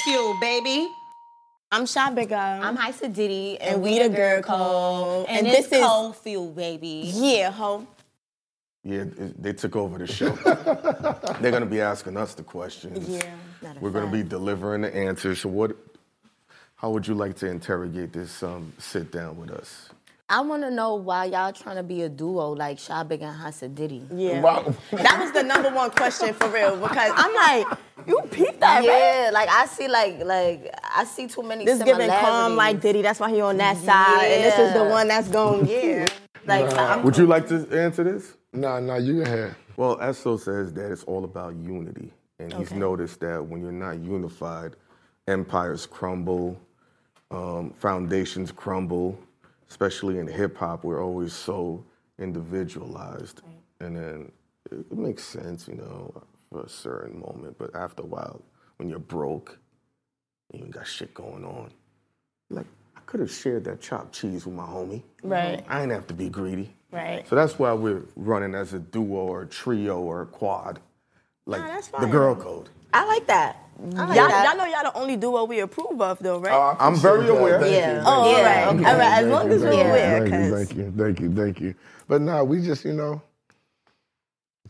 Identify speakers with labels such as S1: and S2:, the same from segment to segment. S1: fuel, baby.
S2: I'm Sha Big O.
S3: I'm Heisa Diddy, and,
S2: And
S3: we,
S2: we
S3: the
S2: the
S3: Girl
S2: Girl
S3: Code,
S2: Code.
S3: and,
S2: And
S3: this,
S2: this is-
S3: Cold Fuel, baby.
S2: yeah, ho.
S4: Yeah, it, they took over the show. They're going to be asking us the questions.
S2: Yeah, not a
S4: We're going to
S2: fact.
S4: be delivering the answers. So, what? How would you like to interrogate this? Um, sit down with us.
S3: I want to know why y'all trying to be a duo like Sha Big and Heisa Diddy.
S2: Yeah.
S4: Wow.
S2: That was the number one question for real because I'm like, you peeped that, right?
S3: Yeah, like I see, like like I see too many.
S2: This giving calm like Diddy. That's why he on that side, and this is the
S3: Yeah.
S2: one that's going. Yeah, like I'm-
S4: Would you like to answer this?
S5: Nah, nah, you go ahead.
S4: Well, Esso says that it's all about unity, and he's noticed that when you're not unified, empires crumble, um, foundations crumble. Especially in hip hop, we're always so individualized, and then it, it makes sense, you know, for a certain moment. But after a while, when you're broke, and you ain't got shit going on, like I could have shared that chopped cheese with my homie.
S2: Right.
S4: I ain't have to be greedy.
S2: Right.
S4: So that's why we're running as a duo or a trio or a quad, like
S2: that's
S4: the
S2: fine.
S4: girl code.
S2: I like that.
S3: like
S2: y'all,
S3: that.
S2: y'all know y'all the only duo we approve of though, right?
S4: I'm very aware.
S3: Yeah.
S2: oh, all right,
S3: Yeah.
S2: okay. all right. As
S5: Thank
S2: long
S5: you,
S2: as we're
S5: thank you,
S2: aware,
S5: Thank you,
S2: 'cause-
S5: thank you, thank you, thank you. But nah, we just, you know,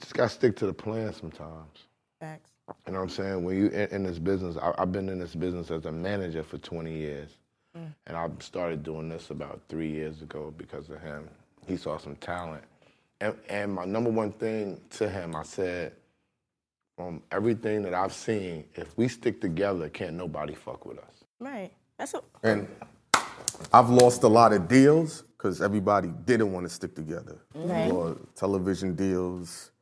S5: just gotta stick to the plan sometimes.
S2: Facts.
S5: You know what I'm saying? When you in, in this business, I, I've been in this business as a manager for 20 years, and I started doing this about three years ago because of him. He saw some talent, and, and my number one thing to him, I said, from everything that I've seen, if we stick together, can't nobody fuck with us.
S2: right. That's what.
S4: And I've lost a lot of deals because everybody didn't want to stick together. Or television deals,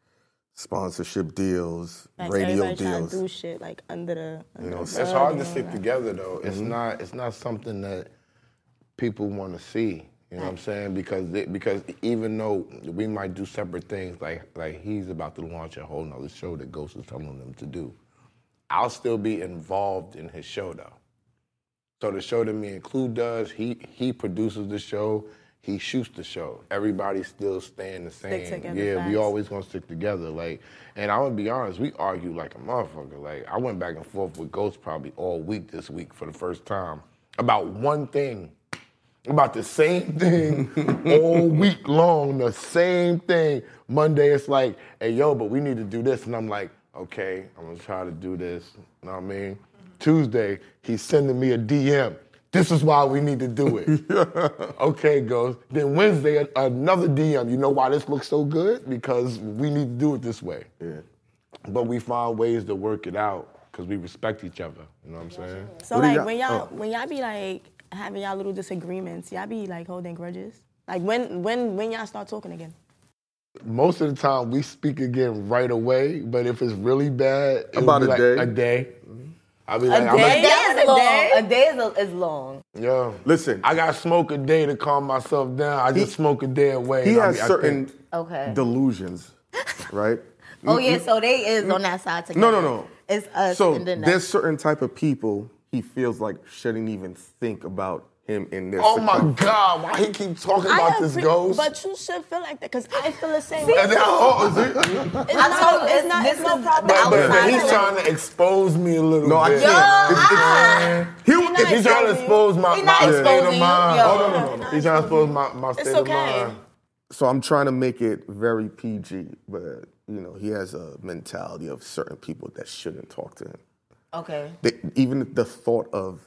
S4: sponsorship deals, radio
S2: everybody trying
S4: deals.
S2: to do shit like under the.
S5: You know, Mm-hmm. it's hard to stick together though. It's not. It's not something that people want to see. You know what I'm saying? Because they, because even though we might do separate things, like like he's about to launch a whole nother show that Ghost is telling them to do. I'll still be involved in his show though. So the show that me and Clue does, he he produces the show, he shoots the show. Everybody's still staying the same.
S2: together,
S5: yeah,
S2: facts.
S5: we always gonna stick together. Like, and I'm gonna be honest, we argue like a motherfucker. Like I went back and forth with Ghost probably all week this week for the first time about one thing. About the same thing all week long, the same thing. Monday it's like, hey yo, but we need to do this. And I'm like, okay, I'm gonna try to do this. You know what I mean? Tuesday, he's sending me a DM. This is why we need to do it. okay, goes. Then Wednesday, a- another DM. You know why this looks so good? Because we need to do it this way.
S4: Yeah.
S5: But we find ways to work it out because we respect each other. You know what I'm saying?
S2: So
S4: What do
S2: like
S4: y'all-
S2: when y'all
S4: oh.
S2: when y'all be like having y'all little disagreements, y'all be like holding grudges. Like when when when y'all start talking again?
S5: Most of the time, we speak again right away. But if it's really bad, it'll
S4: About
S5: be
S4: a
S5: like
S4: day.
S5: A day. I'll be like, I'm
S3: a day
S2: day?
S3: is
S2: A
S3: long.
S2: day?
S3: A day is, a, is long.
S5: yeah.
S4: Listen,
S5: I got to smoke a day to calm myself down. I just smoke a day away.
S4: he
S5: and I
S4: has
S5: be- I
S4: certain
S5: think-
S3: Okay.
S4: delusions, right?
S3: Oh
S2: Mm-hmm.
S3: yeah, so they is on that side together.
S4: No, no, no.
S3: It's us
S4: So
S3: and then that.
S4: there's certain type of people he feels like shouldn't even think about him in this.
S5: Oh my God! Why he keep talking about this
S2: agree-
S5: ghost?
S2: But you should feel like that because I feel the same.
S5: and then, oh, is
S2: It's
S5: it?
S2: not,
S3: told you,
S2: it's not,
S3: this
S2: it's no
S3: is-
S2: problem.
S3: but-
S5: But, but- but
S2: outside
S5: he's
S2: of it.
S5: trying to expose me a little
S4: No, I
S5: bit.
S4: can't. Yo,
S5: It's-
S3: ah.
S5: it's-
S4: He-
S5: He's trying to expose my,
S3: He
S5: my
S3: not
S5: state
S3: exposing
S5: of
S3: you,
S5: mind.
S3: yo.
S5: Oh, no, no, no, no. He's trying to expose my, my state
S2: okay.
S5: of mind.
S4: so I'm trying to make it very PG, but you know he has a mentality of certain people that shouldn't talk to him.
S3: okay.
S4: They, even the thought of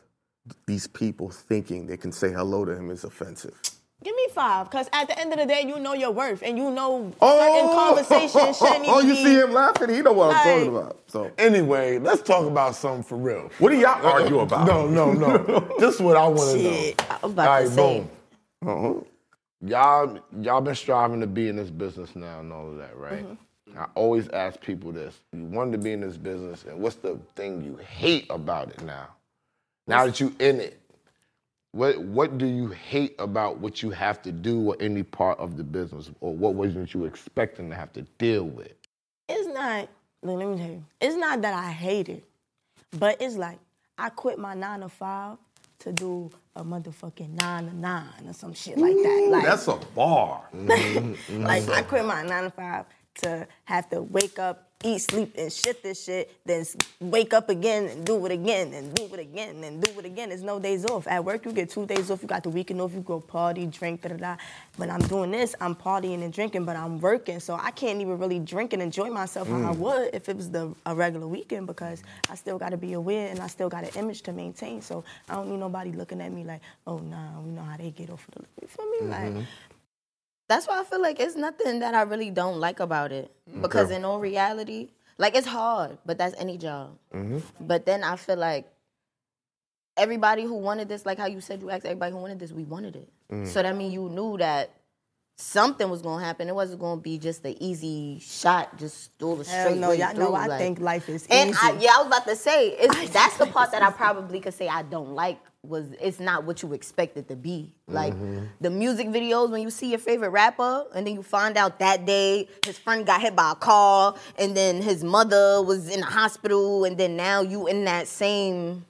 S4: these people thinking they can say hello to him is offensive.
S2: Give me five, because at the end of the day, you know your worth and you know certain
S4: oh,
S2: conversations shouldn't
S4: oh, you
S2: even
S4: see him laughing. He know what
S2: Like-
S4: I'm talking about. So
S5: Anyway, let's talk about something for real.
S4: what do y'all argue about?
S5: No, no, no. this is what I want to know.
S2: Shit, I'm
S5: All
S2: about
S5: right,
S2: to say. Uh-huh.
S5: boom. Y'all, y'all been striving to be in this business now and all of that, right?
S2: Mm-hmm.
S5: I always ask people this: You wanted to be in this business, and what's the thing you hate about it now? Now that you in it, what what do you hate about what you have to do or any part of the business, or what wasn't you expecting to have to deal with?
S2: It's not, look, let me tell you, it's not that I hate it, but it's like I quit my nine to five to do a motherfucking nine to nine or some shit like that. Like,
S4: That's a bar.
S2: like I quit my nine to five to have to wake up eat, sleep, and shit this shit, then s- wake up again and do it again and do it again and do it again. There's no days off. At work, you get two days off. You got the weekend off. You go party, drink, da da da. When I'm doing this, I'm partying and drinking, but I'm working, so I can't even really drink and enjoy myself how I would if it was the a regular weekend because I still got to be aware and I still got an image to maintain. So I don't need nobody looking at me like, oh nah, we know how they get off of the. You feel me? Like.
S3: That's why I feel like it's nothing that I really don't like about it. Because in all reality, like it's hard, but that's any job. But then I feel like everybody who wanted this, like how you said you asked everybody who wanted this, we wanted it. So that means you knew that something was gonna happen. It wasn't gonna be just the easy shot, just all the
S2: Hell
S3: straight
S2: no,
S3: way
S2: y'all know
S3: through.
S2: I
S3: like-
S2: think life is
S3: and I,
S2: easy.
S3: yeah, I was about to say it's, that's the part that I probably could say I don't like was it's not what you expect it to be. Like the music videos when you see your favorite rapper and then you find out that day his friend got hit by a car and then his mother was in the hospital and then now you in that same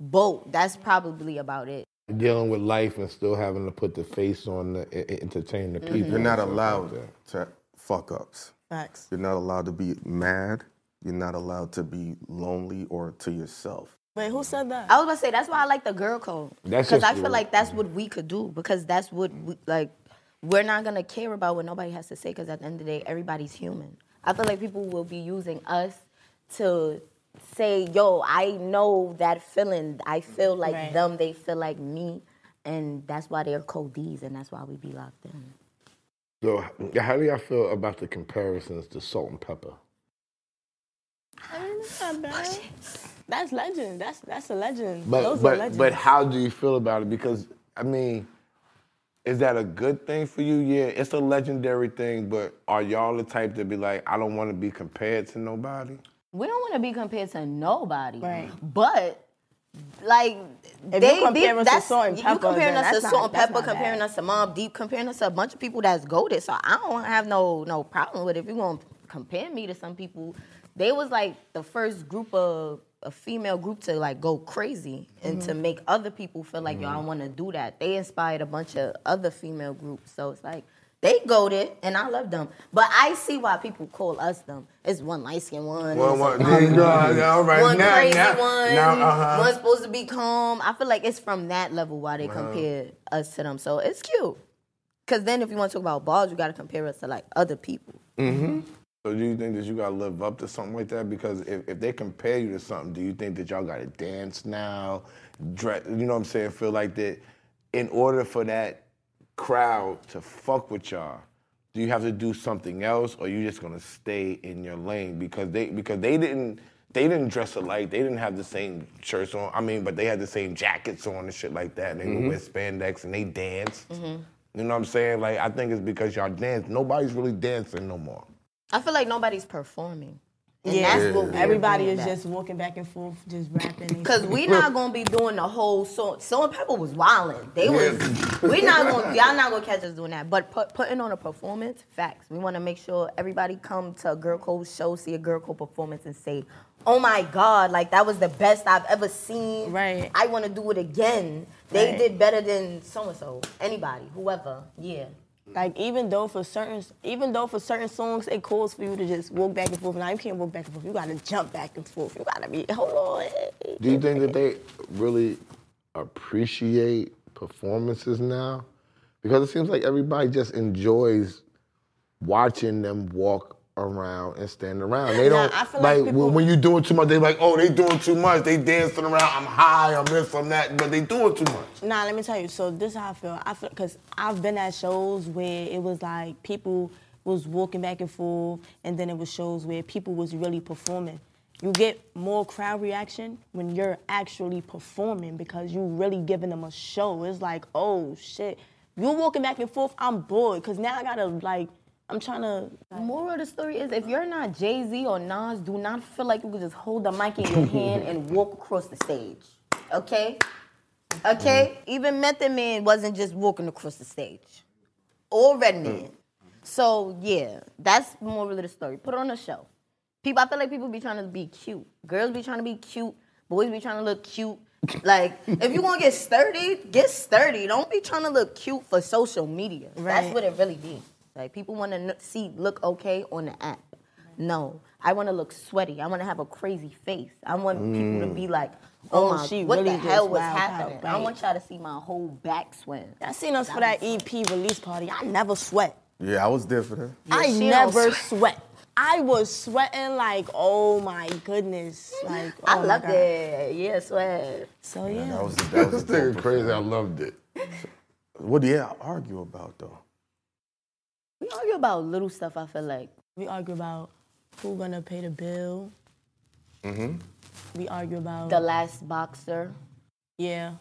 S3: boat. That's probably about it.
S5: Dealing with life and still having to put the face on to e- e- entertain
S3: Mm-hmm.
S5: the people.
S4: You're not allowed to fuck ups.
S2: Facts.
S4: You're not allowed to be mad. You're not allowed to be lonely or to yourself.
S2: Wait, who said that?
S3: I was about to say that's why I like the girl code
S5: That's
S3: because
S5: just
S3: I feel
S5: the-
S3: like that's what we could do because that's what we, like we're not gonna care about what nobody has to say because at the end of the day everybody's human. I feel like people will be using us to say, "Yo, I know that feeling. I feel like
S2: Right.
S3: them. They feel like me." And that's why they're cold D's, and that's why we be locked in.
S5: So, h- how do y'all feel about the comparisons to salt and pepper?
S2: I mean, that's not bad. That's legend. That's that's a legend.
S5: But
S2: Those are
S5: but
S2: legends.
S5: but how do you feel about it? Because I mean, is that a good thing for you? Yeah, it's a legendary thing. But are y'all the type to be like, I don't want to be compared to nobody?
S3: We don't want to be compared to nobody,
S2: Right.
S3: But like
S2: If
S3: they,
S2: you compare
S3: they-
S2: us to
S3: that's,
S2: Salt and
S3: you
S2: Pepper,
S3: comparing
S2: then
S3: us to
S2: that's
S3: salt
S2: not-
S3: and
S2: that's
S3: pepper,
S2: not
S3: comparing
S2: bad.
S3: us to Mob Deep, comparing us to a bunch of people that's goaded. So I don't have no no problem with it. If you want to compare me to some people, they was like the first group of a female group to like go crazy and
S2: Mm-hmm.
S3: to make other people feel like yo, I want to do that. They inspired a bunch of other female groups, so it's like. They goaded, and I love them. But I see why people call us them. It's one light skinned one. and it's a
S5: there you go. All right,
S3: one
S5: now-
S3: crazy
S5: now-
S3: one,
S5: now, uh-huh.
S3: one's supposed to be calm. I feel like it's from that level why they compare us to them. So it's cute. Cause then if you want to talk about balls, you gotta compare us to like other people.
S5: So do you think that you gotta live up to something like that? Because if, if they compare you to something, do you think that y'all gotta dance now, dress, you know what I'm saying? Feel like that in order for that crowd to fuck with y'all, do you have to do something else or you just gonna stay in your lane? Because they because they didn't they didn't dress alike, they didn't have the same shirts on. I mean, but they had the same jackets on and shit like that. And they would wear spandex and they danced. You know what I'm saying? Like I think it's because y'all dance. Nobody's really dancing no more.
S3: I feel like nobody's performing. And
S2: Yeah.
S3: that's what we're
S2: Everybody
S3: bringing
S2: is
S3: back.
S2: just walking back and forth, just rapping.
S3: Cause we not gonna be doing the whole song. So and Pepper was wildin'. They was. we not gonna. Y'all not gonna catch us doing that. But put, putting on a performance, facts. We want to make sure everybody come to a Girl Code show, see a Girl Code performance, and say, "Oh my God, like that was the best I've ever seen."
S2: Right.
S3: I want to do it again. They
S2: Right.
S3: did better than so and so. Anybody, whoever. Yeah.
S2: Like even though for certain, even though for certain songs it calls for you to just walk back and forth. Now you can't walk back and forth. You gotta jump back and forth. You gotta be hold on.
S5: Do you think that they really appreciate performances now? Because it seems like everybody just enjoys watching them walk around and stand around. They
S2: Nah,
S5: don't
S2: I feel like
S5: like,
S2: people-
S5: when, when you doing too much. They like, oh, they doing too much. They dancing around. I'm high. I'm this. I'm that. But they doing too much.
S2: Nah, let me tell you. So this is how I feel. I feel because I've been at shows where it was like people was walking back and forth, and then it was shows where people was really performing. You get more crowd reaction when you're actually performing because you really giving them a show. It's like, oh shit, you're walking back and forth. I'm bored because now I gotta like, I'm trying to.
S3: Moral of the story is if you're not Jay Z or Nas, do not feel like you can just hold the mic in your hand and walk across the stage. Okay? Okay? Even Method Man wasn't just walking across the stage, or Redman. So, yeah, that's the moral of the story. Put on a show. People, I feel like people be trying to be cute. Girls be trying to be cute. Boys be trying to look cute. Like, if you gonna get sturdy, get sturdy. Don't be trying to look cute for social media.
S2: Right.
S3: That's what it really be. Like, people want to see look okay on the app. No. I want to look sweaty. I want to have a crazy face. I want people to be like, oh,
S2: Oh,
S3: my,
S2: she
S3: what
S2: really
S3: the hell
S2: just
S3: was
S2: wowed out,
S3: happening? I
S2: right.
S3: want y'all to see my whole back swim.
S2: I seen us for that EP release party. I never sweat.
S4: Yeah, I was there for that.
S2: I
S3: she don't
S2: never
S3: sweat.
S2: sweat. I was sweating like, oh my goodness. Like, oh
S3: I
S2: my
S3: loved
S2: God.
S3: it. Yeah, sweat.
S2: So yeah.
S4: That was, that was
S5: This nigga crazy. I loved it.
S4: What do y'all argue about though?
S3: We argue about little stuff, I feel like.
S2: We argue about who gonna pay the bill. Mm-hmm. We argue about
S3: The last boxer.
S2: yeah.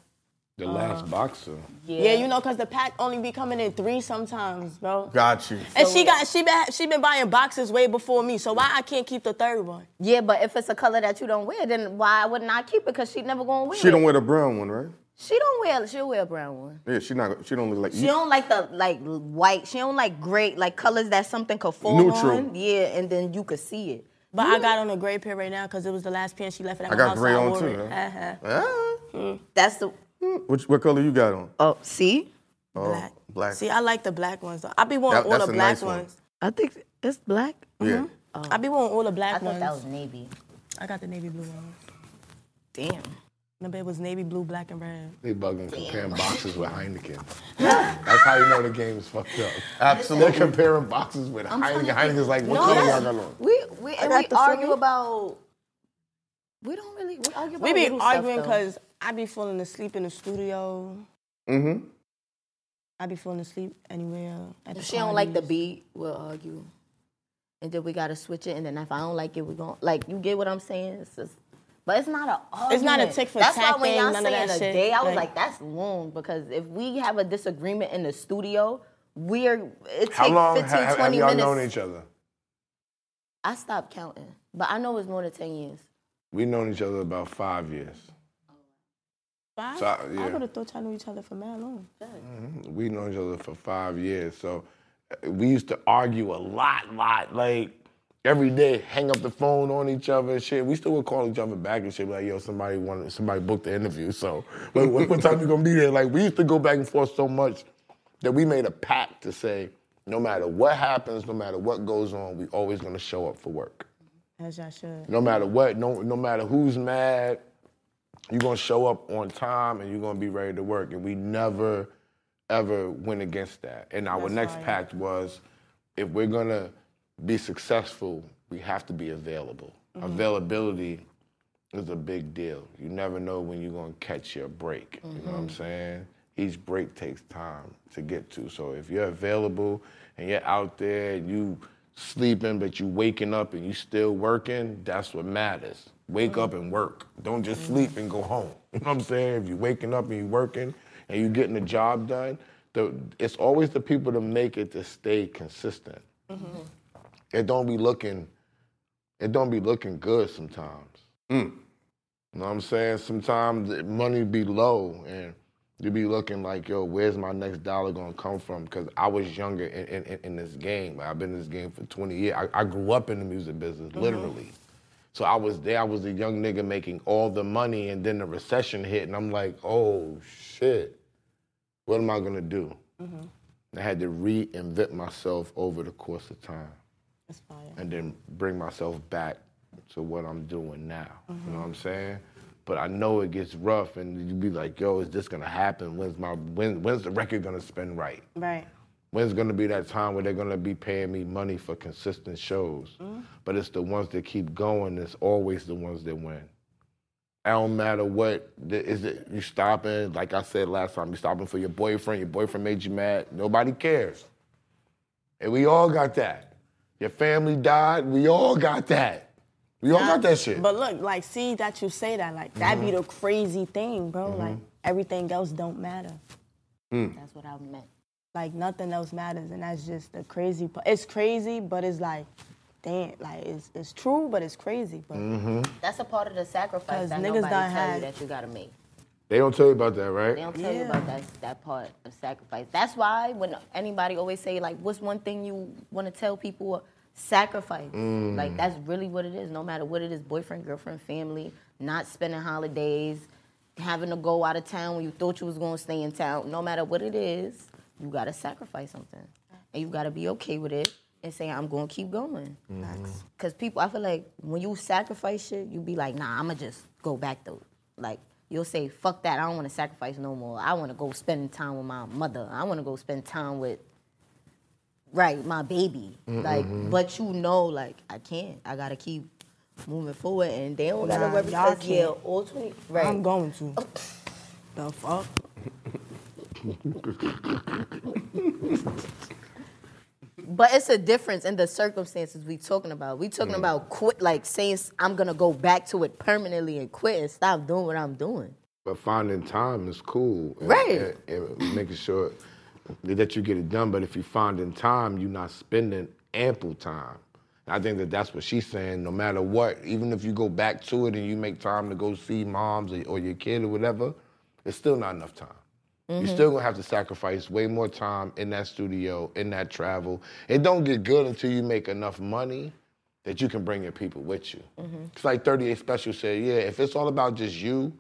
S5: The last boxer.
S3: Yeah.
S2: yeah, You know, cause the pack only be coming in three sometimes, bro.
S4: Got you.
S2: And she got she been she been buying boxes way before me, so why I can't keep the third one?
S3: Yeah, but if it's a color that you don't wear, then why wouldn't I keep it? Because she never gonna wear
S4: She
S3: it.
S4: don't wear the brown one, right?
S3: she don't wear she'll wear a brown one.
S4: Yeah, she not. She don't look like.
S3: She
S4: you.
S3: don't like the like white. She don't like gray, like colors that something could fall
S4: Neutral.
S3: on. Yeah, and then you could see it.
S2: But I got on a gray pair right now because it was the last pair she left at my
S4: I got
S2: house.
S4: gray
S2: so I
S4: on
S2: wore
S4: too,
S2: it.
S4: huh?
S2: Uh-huh.
S4: Ah.
S3: That's the
S4: Which, what color you got on?
S3: oh see.
S4: Oh,
S2: Black.
S4: black.
S2: See, I like the black ones. Though. I be wanting
S4: That-
S2: all
S4: that's
S2: the
S4: a
S2: black
S4: nice one.
S2: ones.
S3: I think it's black. Uh-huh.
S4: yeah.
S2: I be wanting all the
S3: Oh. I
S2: black
S3: thought
S2: ones.
S3: that was navy.
S2: I got the navy blue one.
S3: Damn.
S2: Remember, it was navy blue, black, and red.
S5: They bugging comparing boxes with Heineken. That's how you know the game is fucked up. Absolutely. They're comparing boxes with Heineken. Heineken's like, what
S3: No,
S5: color y'all
S3: that's-
S5: got on?
S3: We we and
S2: got
S3: we
S2: the
S3: argue
S2: feeling.
S3: about. We don't really we argue about.
S2: We be
S3: little stuff,
S2: arguing
S3: though.
S2: because I be falling asleep in the studio. Mm-hmm. I be falling asleep anywhere. At the
S3: If she don't like the
S2: parties.
S3: beat, we'll argue. And then we gotta switch it. And then if I don't like it, we gon' like you get what I'm saying. It's just, but it's not a argument.
S2: It's not a tick for
S3: That's
S2: tack
S3: why when
S2: thing,
S3: y'all
S2: none of
S3: saying
S2: that
S3: a
S2: shit.
S3: day, I was
S2: Like-
S3: like, that's long because if we have a disagreement in the studio, we're it takes
S5: How long
S3: 15,
S5: have, have
S3: 20
S5: y'all
S3: minutes.
S5: known each other?
S3: I stopped counting, but I know it's more than ten years.
S5: We've known each other about five years.
S2: Five?
S5: So, I-
S2: I
S5: yeah.
S2: would have thought y'all knew each other for mad long.
S5: We've known each other for five years. So uh, we used to argue a lot, lot. Like every day, hang up the phone on each other and shit. We still would call each other back and shit. Like, yo, somebody wanted, somebody booked the interview. So like, what, what time you gonna be there? Like we used to go back and forth so much that we made a pact to say, no matter what happens, no matter what goes on, we always gonna show up for work.
S2: As y'all should.
S5: No matter what, no, no matter who's mad, you're gonna show up on time and you're gonna be ready to work. And we never, ever went against that. And our next pact was if we're gonna be successful, we have to be available. Availability is a big deal. You never know when you're gonna catch your break. You know what I'm saying? Each break takes time to get to. So if you're available and you're out there and you sleeping but you waking up and you still working, that's what matters. Wake up and work. Don't just sleep and go home. You know what I'm saying? If you're waking up and you're working and you're getting the job done, the, it's always the people that make it to stay consistent. It don't be looking, it don't be looking good sometimes. You know what I'm saying? Sometimes the money be low and you be looking like, yo, where's my next dollar gonna come from? Because I was younger in, in, in- in this game. I've been in this game for 20 years. I, I grew up in the music business, literally. So I was there, I was a young nigga making all the money, and then the recession hit, and I'm like, oh shit, what am I gonna do? I had to reinvent myself over the course of time
S2: That's fire.
S5: and then bring myself back to what I'm doing now. You know what I'm saying? But I know it gets rough, and you be like, "Yo, is this gonna happen? When's my when? When's the record gonna spin right?
S2: Right.
S5: When's gonna be that time where they're gonna be paying me money for consistent shows?
S3: Mm-hmm.
S5: But it's the ones that keep going. It's always the ones that win. I don't matter what th- is it. You stopping? Like I said last time, you stopping for your boyfriend. Your boyfriend made you mad. Nobody cares. And we all got that. Your family died. We all got that. We all got that shit. Mm-hmm.
S2: But look, like, see that you say that, like, that be the crazy thing, bro. Like, everything else don't matter.
S5: Hmm.
S3: That's what I meant.
S2: Like, nothing else matters, and that's just the crazy part. It's crazy, but it's like, damn, like, it's, it's true, but it's crazy. But
S5: Mm-hmm.
S3: That's a part of the sacrifice
S2: 'Cause
S3: that
S2: niggas
S3: nobody
S2: done
S3: tell you
S2: had-
S3: that you gotta make.
S5: they don't tell you about that, right?
S3: They don't tell you
S2: Yeah.
S3: about that that part of sacrifice. That's why when anybody always say like, "What's one thing you want to tell people?" Sacrifice. Like that's really what it is. No matter what it is, boyfriend, girlfriend, family, not spending holidays, having to go out of town when you thought you was gonna stay in town. No matter what it is, you gotta sacrifice something, and you gotta be okay with it. and saying I'm gonna keep going. Cause people, I feel like when you sacrifice shit, you be like, nah, I'ma just go back though. Like you'll say, fuck that, I don't wanna sacrifice no more. I wanna go spend time with my mother. I wanna go spend time with right, my baby. Like, but you know, like I can't. I gotta keep moving forward and they don't gotta
S2: Nah,
S3: worry
S2: y'all
S3: because yeah,
S2: can't.
S3: all twenty right.
S2: I'm going to. the fuck?
S3: But it's a difference in the circumstances we talking about. We
S5: Mm.
S3: talking about quit, like saying I'm gonna go back to it permanently and quit and stop doing what I'm doing.
S5: But finding time is cool. and-
S3: Right.
S5: And, and making sure that you get it done. But if you're finding time, you're not spending ample time. And I think that that's what she's saying. No matter what, even if you go back to it and you make time to go see moms or, or your kid or whatever, it's still not enough time. You're still gonna have to sacrifice way more time in that studio, in that travel. It don't get good until you make enough money that you can bring your people with you. It's like 38 Special said, yeah, if it's all about just you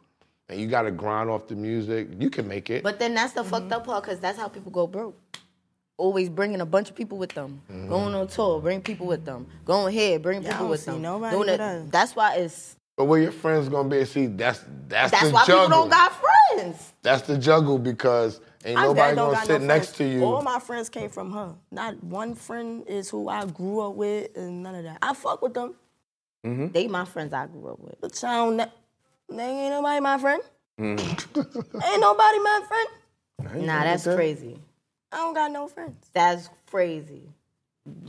S5: and you gotta grind off the music, you can make it.
S3: But then that's the fucked up part because that's how people go broke. Mm-hmm. Always bringing a bunch of people with them,
S5: Mm-hmm.
S3: going on tour, bring people with them, going here, bring
S2: Yeah, I
S3: people
S2: don't
S3: with
S2: see
S3: them.
S2: nobody
S3: doing
S2: with
S3: it-
S2: us.
S3: That's why it's.
S5: But where your friends gonna be, see, that's that's,
S3: That's
S5: the
S3: why
S5: juggle.
S3: people don't got friends.
S5: that's the juggle because ain't
S2: I'm glad
S5: nobody
S2: I don't
S5: gonna
S2: got
S5: sit
S2: no
S5: next to
S2: friends.
S5: you.
S3: Oh
S2: All my friends came from her. Not one friend is who I grew up with, and none of that. I fuck with them,
S5: Hmm?
S3: They my friends I grew up with.
S2: but y'all don't. They ain't nobody my friend.
S5: Mm.
S2: ain't nobody my friend.
S3: Nah, that's crazy.
S2: I don't got no friends.
S3: That's crazy.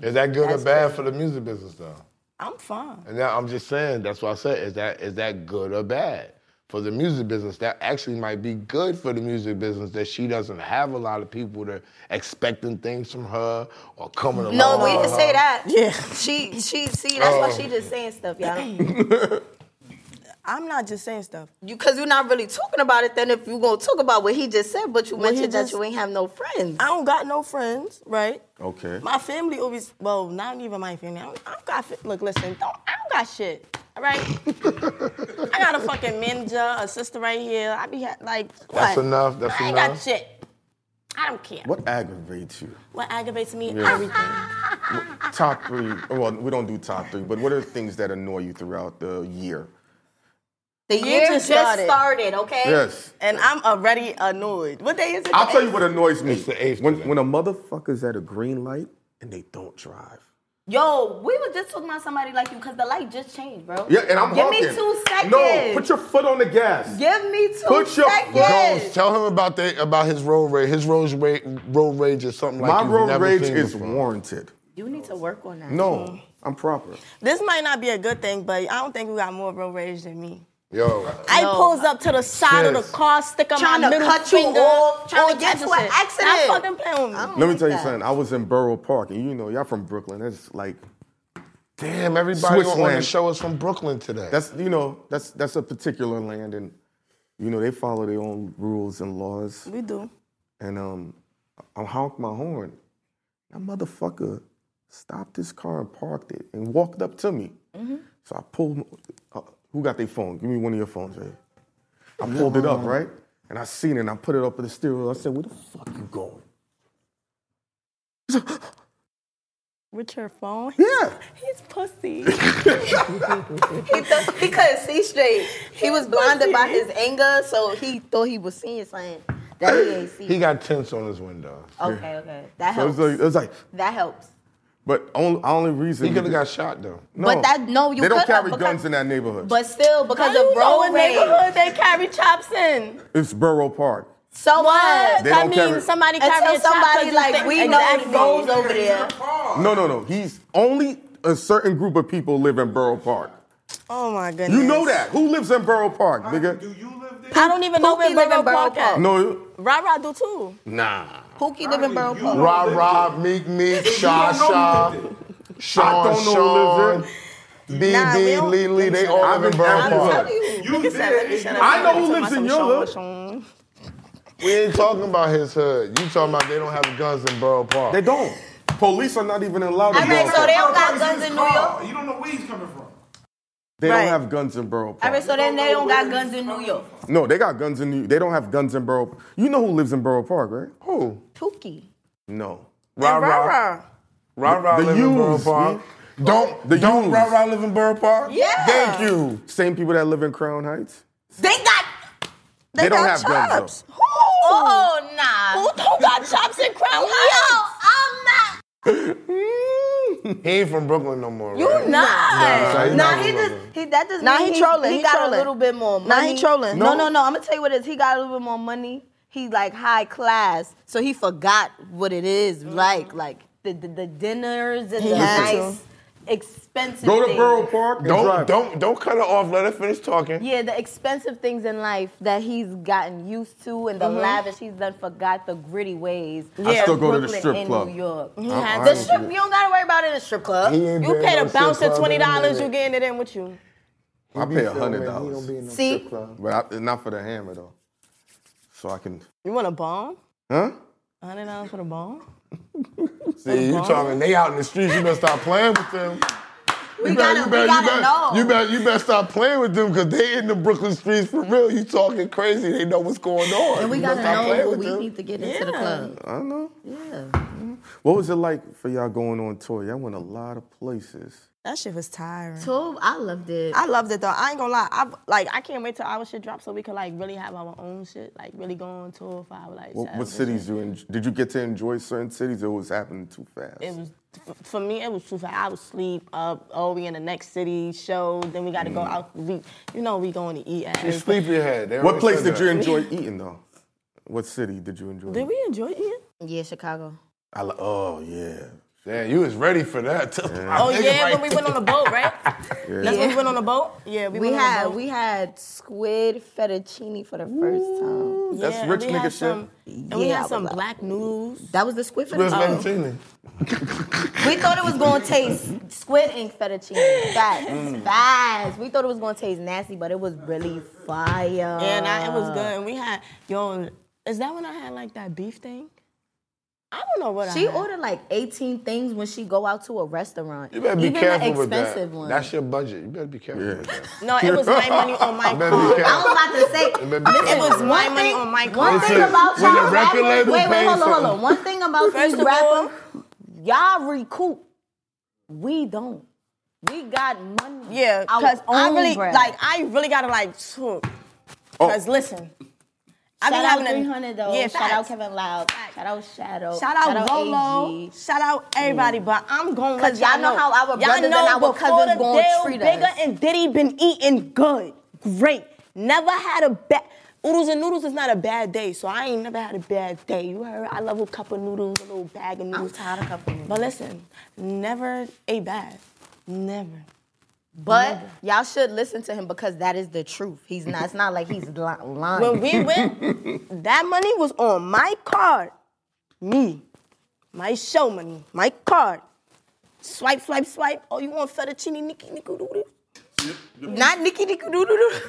S5: is that good or
S3: That's
S5: bad for the music business though?
S2: I'm fine.
S5: And now I'm just saying, that's why I said, is that is that good or bad? For the music business, that actually might be good for the music business that she doesn't have a lot of people that expecting things from her or coming along.
S3: No, we
S5: with
S3: didn't
S5: her.
S3: say that.
S2: Yeah.
S3: She, she, see, that's why
S5: Oh.
S3: she just saying stuff, y'all.
S2: I'm not just saying stuff.
S3: You, cause you're not really talking about it. Then if you're gonna talk about what he just said, but you
S2: he
S3: mentioned
S2: just-
S3: that you ain't have no friends.
S2: I don't got no friends, right?
S4: Okay.
S2: My family always, well, not even my family. I don't, I don't got, fa- look, listen, don't, I don't got shit, all right? I got a fucking manager, a sister right here. I be ha- like, what?
S5: That's enough, that's
S2: I ain't got
S5: enough.
S2: shit. I don't care. What,
S4: What aggravates you?
S2: aggravates me? Everything.
S4: Top three. Well, we don't do top three, but what are the things that annoy you throughout the year?
S3: The year
S2: just
S3: just
S2: started.
S3: started, okay?
S4: Yes.
S2: And I'm already annoyed. What day is it?
S4: I'll tell you what annoys me.
S5: It's the eighth
S4: When,
S5: today.
S4: when a motherfucker's at a green light and they don't drive.
S3: Yo, we was just talking about somebody like you because the light just changed, bro.
S4: Yeah, and I'm
S3: Give
S4: honking.
S3: me two seconds.
S4: No, put your foot on the gas.
S3: Give me two
S4: Put your
S3: seconds.
S5: Jones, tell him about the about his road rage. His road rage, road rage is something like
S4: My
S5: you've
S4: road
S5: never
S4: rage
S5: seen
S4: is
S5: before.
S4: warranted.
S3: You need to work on that.
S4: No, I'm
S3: Oh,
S4: proper.
S2: This might not be a good thing, but I don't think we got more road rage than me.
S5: Yo,
S2: I pulls up to the side of
S5: Sis.
S2: the car, stick up
S3: Tryna
S2: my middle
S3: cut you
S2: finger,
S3: off, tryna
S2: all
S3: get
S2: types
S3: you
S2: of
S3: an
S2: shit.
S3: accident.
S2: Not fucking playing with me.
S3: don't
S4: Let me
S3: like
S4: tell you
S3: that.
S4: something. I was in Borough Park, and you know, y'all from Brooklyn. That's like,
S5: damn, everybody on the
S4: Switzerland.
S5: show is from Brooklyn today.
S4: that's you know, that's that's a particular land, and you know they follow their own rules and laws.
S2: We do.
S4: And um, I honked my horn. That motherfucker stopped his car and parked it and walked up to me.
S3: Mm-hmm.
S4: So I pulled. Uh, who got their phone? Give me one of your phones, man. I pulled it
S3: um,
S4: up, right? And I seen it. and I put it up in the steering wheel. I said, "Where the fuck you going?"
S2: With your phone?
S4: Yeah.
S2: He's pussy.
S3: He, thought he couldn't see straight. He was blinded by his anger, so he thought he was seeing something that he ain't see.
S5: he got tints on his window.
S3: okay, okay. That
S4: So it
S3: helps.
S4: was like, uh, it was like
S3: that helps.
S4: but only, only reason
S5: He could have got shot though.
S4: No,
S3: But that- no, you
S4: they don't
S3: could've
S4: carry
S3: because-
S4: guns in that neighborhood.
S3: But still, because of
S2: Rowan
S3: road rage.
S2: neighborhood, they carry chops in.
S4: it's Borough Park.
S3: So what?
S2: What?
S4: They
S2: that
S4: don't
S2: means
S4: carry-
S2: somebody carry
S3: Until
S2: a chop 'cause
S3: somebody
S2: you
S3: like
S2: think-
S3: we
S2: Exactly.
S3: know goes over there.
S4: No, no, no. He's only a certain group of people live in Borough Park.
S2: Oh my goodness.
S4: You know that. Who lives in Borough Park, nigga?
S2: I don't even know where
S3: Pookie live
S2: Borough
S3: in Borough
S2: Park at.
S3: Park.
S4: No.
S2: Ra Ra do too.
S5: Nah.
S3: Pookie live in Borough Park.
S5: Rah rah, meek meek, sha sha,
S4: I
S5: Sean
S4: don't know who
S5: Sean,
S4: lives
S2: Nah, we
S5: BD,
S2: don't-
S5: Lee Lee, they all
S4: I'm
S5: live in
S4: in
S5: Borough
S4: Africa.
S5: Park.
S4: I know who lives in your hood.
S2: hood.
S5: We ain't talking about his hood. You talking about they don't have guns in Borough Park.
S4: They don't. Police are not even allowed
S3: All
S4: in Borough
S3: right, so
S4: Park.
S3: they don't got guns in New York.
S1: You don't know where he's coming from.
S4: They don't
S2: Right.
S4: have guns in Borough Park.
S3: All right, so then they don't got guns in New York.
S4: No, they got guns in New They don't have guns in Borough You know who lives in Borough Park, right?
S5: Who?
S3: Pookie.
S4: No.
S5: Rah
S2: Ra Ra.
S5: Rah rah
S4: The
S5: live in Borough
S4: youths,
S5: Park. Don't
S4: The
S5: don't
S4: youths.
S5: rah rah live in Borough Park.
S3: Yeah.
S5: Thank you.
S4: Same people that live in Crown Heights.
S2: They got. They,
S4: They don't
S2: got
S4: have guns, though.
S2: chops. Who?
S3: Oh nah.
S2: Who don't got chops in Crown Heights?
S3: Yo,
S5: He ain't from Brooklyn no more.
S3: I'm not.
S5: right?
S3: You not.
S5: Nah,
S3: Nah, he
S5: he not from
S3: just
S5: Brooklyn.
S3: he that just
S2: Nah,
S3: mean
S2: he trolling. He
S3: got a
S2: trolling.
S3: little bit more money.
S2: Nah, he trolling.
S3: No,
S4: No.
S3: no, no. I'm gonna tell you what it is. He got a little bit more money. He like high class, so he forgot what it is like. Like the the, the dinners and
S2: He
S3: the
S2: had
S3: nice, expensive.
S4: Go to
S3: things.
S4: Borough Park and
S5: Don't
S4: drive.
S5: don't don't cut her off. Let her finish talking.
S3: Yeah, the expensive things in life that he's gotten used to and the lavish he's done forgot the gritty ways.
S4: I
S3: of
S4: still go to the
S3: Brooklyn
S4: strip
S3: and
S4: club.
S3: New York.
S4: I'm
S2: has-
S3: The
S4: honest
S3: strip,
S4: with
S3: you
S4: you.
S3: don't gotta worry about it in the strip club.
S5: He ain't
S2: You
S5: been
S2: pay
S5: no
S2: the bouncer
S5: strip club
S2: twenty
S5: in a
S2: dollars, you
S5: minute.
S2: getting it in with you.
S5: He
S4: I pay
S5: feel, man,
S4: hundred
S5: he don't
S4: dollars,
S5: be in no
S3: See?
S5: strip club.
S4: but I, not for the hammer though. So I can,
S2: You want a bomb?
S4: huh?
S2: Hundred dollars for the bomb?
S5: See, you talking? They out in the streets. You better stop playing with them.
S3: We
S5: You
S3: gotta,
S5: better,
S3: we
S5: you better, you
S3: gotta know.
S5: better, you better, you better stop playing with them because they in the Brooklyn streets for real. You talking crazy? They know what's going on.
S3: And we
S5: You
S3: gotta
S5: better stop playing
S3: know
S5: with
S3: we
S5: them.
S3: need to get into the
S2: Yeah.
S3: club.
S4: I don't know.
S3: Yeah.
S4: What was it like for y'all going on tour? Y'all went a lot of places.
S2: That shit was tiring.
S3: So I loved it.
S2: I loved it though. I ain't gonna lie. I like I can't wait till our shit drops so we could like really have our own shit. Like really go on tour for our like.
S4: What,
S2: selves
S4: what
S2: and
S4: cities you en- did you get to enjoy? Certain cities, or was happening too fast?
S2: it was for me. It was too fast. I would sleep up. Oh, we in the next city show. Then we got to go
S4: Mm.
S2: out. We, you know, we going to eat at.
S5: You're sleepyhead. They
S4: what
S5: already
S4: place
S5: said
S4: did
S5: that.
S4: you enjoy eating though? What city did you enjoy?
S2: Did we enjoy eating?
S3: yeah, Chicago.
S4: I li- oh yeah.
S5: Damn, you was ready for that.
S2: Oh yeah, when we went on the boat, right? That's when we
S3: Yeah.
S2: went on the boat. Yeah, we,
S3: We
S2: went
S3: had
S2: on the boat.
S3: we had squid fettuccine for the first time.
S4: That's
S2: Yeah,
S4: rich
S2: we had
S4: nigga
S2: some-
S4: shit.
S2: And we
S3: Yeah, I
S2: had
S3: was
S2: some
S3: like-
S2: black news.
S3: That was the squid
S5: Where's
S3: fettuccine.
S5: Lentini?
S3: We thought it was gonna taste squid ink fettuccine. Facts,
S2: Mm.
S3: facts. We thought it was gonna taste nasty, but it was really fire.
S2: And I, it
S4: Uh.
S2: was good. And we had yo. Is that when I had like that beef thing? I don't know what I
S3: She
S2: had.
S3: ordered like 18 things when she go out to a restaurant.
S5: You better be
S3: Even
S5: careful
S3: the
S5: with that.
S3: expensive ones.
S5: That's your budget. You better be careful
S4: Yeah.
S5: with that.
S2: No, it was my money on my
S5: You better be
S2: card.
S5: careful.
S3: I was about to say,
S5: Let me
S3: listen,
S5: tell you.
S2: It was
S3: one
S2: my
S3: thing-
S2: money on my
S3: One
S2: card.
S3: thing
S5: Listen,
S3: about
S5: when
S3: y'all
S5: the record
S3: rappers,
S5: label
S3: wait, wait,
S5: pays
S3: hold on, hold on.
S5: something.
S3: One thing about
S2: First
S3: these
S2: of all-
S3: rappers, y'all recoup. We don't. We got money.
S2: Yeah,
S3: Our
S2: because I
S3: own
S2: really
S3: bread.
S2: like I really gotta like Because listen. I
S3: Shout
S2: been
S3: out
S2: having a-
S3: 300 though.
S2: Yeah,
S3: shout out
S2: facts.
S3: Kevin Loud. Shout out Shadow.
S2: Shout out, Rolo.
S3: AG.
S2: Shout out everybody. But I'm going to let
S3: 'Cause
S2: y'all
S3: y'all know how our brothers and our
S2: before
S3: cousins
S2: the
S3: gonna
S2: deal,
S3: treat us.
S2: Bigger and Diddy been eating good. Great. Never had a bad. Oodles and noodles is not a bad day, so I ain't never had a bad day. You heard? I love a cup of noodles, a little bag of noodles.
S3: tired of cup of noodles.
S2: But listen, never a bad. Never.
S3: But y'all should listen to him because that is the truth. He's not. It's not like he's li- lying.
S2: When we went, that money was on my card. Me. My show money. My card. Swipe, swipe, swipe. Oh, you want fettuccine, Nikki, Nikki, doo doo.
S3: not Nikki Nikki doo doo doo.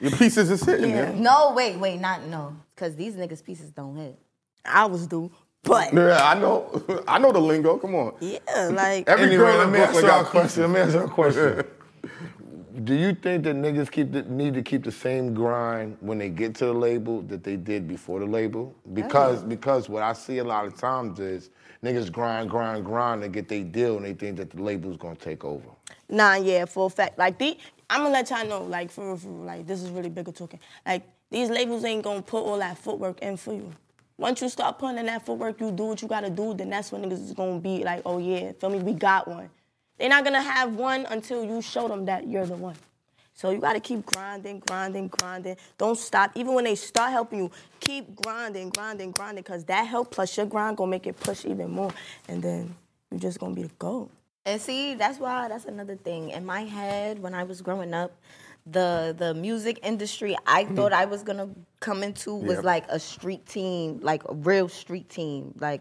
S4: Your pieces is hitting. Yeah.
S3: No, wait, wait, not no. Because these niggas' pieces don't hit.
S2: I was due, but
S4: Yeah, I know. I know the lingo. Come on.
S2: yeah, like
S4: Every
S5: Anyway,
S4: girl
S5: let
S4: in
S5: me ask
S4: Brooklyn
S5: y'all a
S4: got
S5: question. Let me ask y'all a question. Do you think that niggas keep the, need to keep the same grind when they get to the label that they did before the label? Because because what I see a lot of times is niggas grind, grind, grind, they get their deal and they think that the label's gonna take over.
S2: nah, yeah, for a fact. Like the, I'm gonna let y'all know, like for real, for real, like this is really bigger talking. Like these labels ain't gonna put all that footwork in for you. Once you start putting in that footwork, you do what you gotta do. Then that's when niggas is gonna be like, oh yeah, feel me, we got one. They're not gonna have one until you show them that you're the one. So you gotta keep grinding, grinding, grinding. Don't stop. Even when they start helping you, keep grinding, grinding, grinding, cause that help plus your grind gonna make it push even more. And then you're just gonna be the goat.
S3: And see, that's why that's another thing. In my head, when I was growing up, the the music industry I thought I was gonna come into was
S4: Yep.
S3: like a street team, like a real street team, like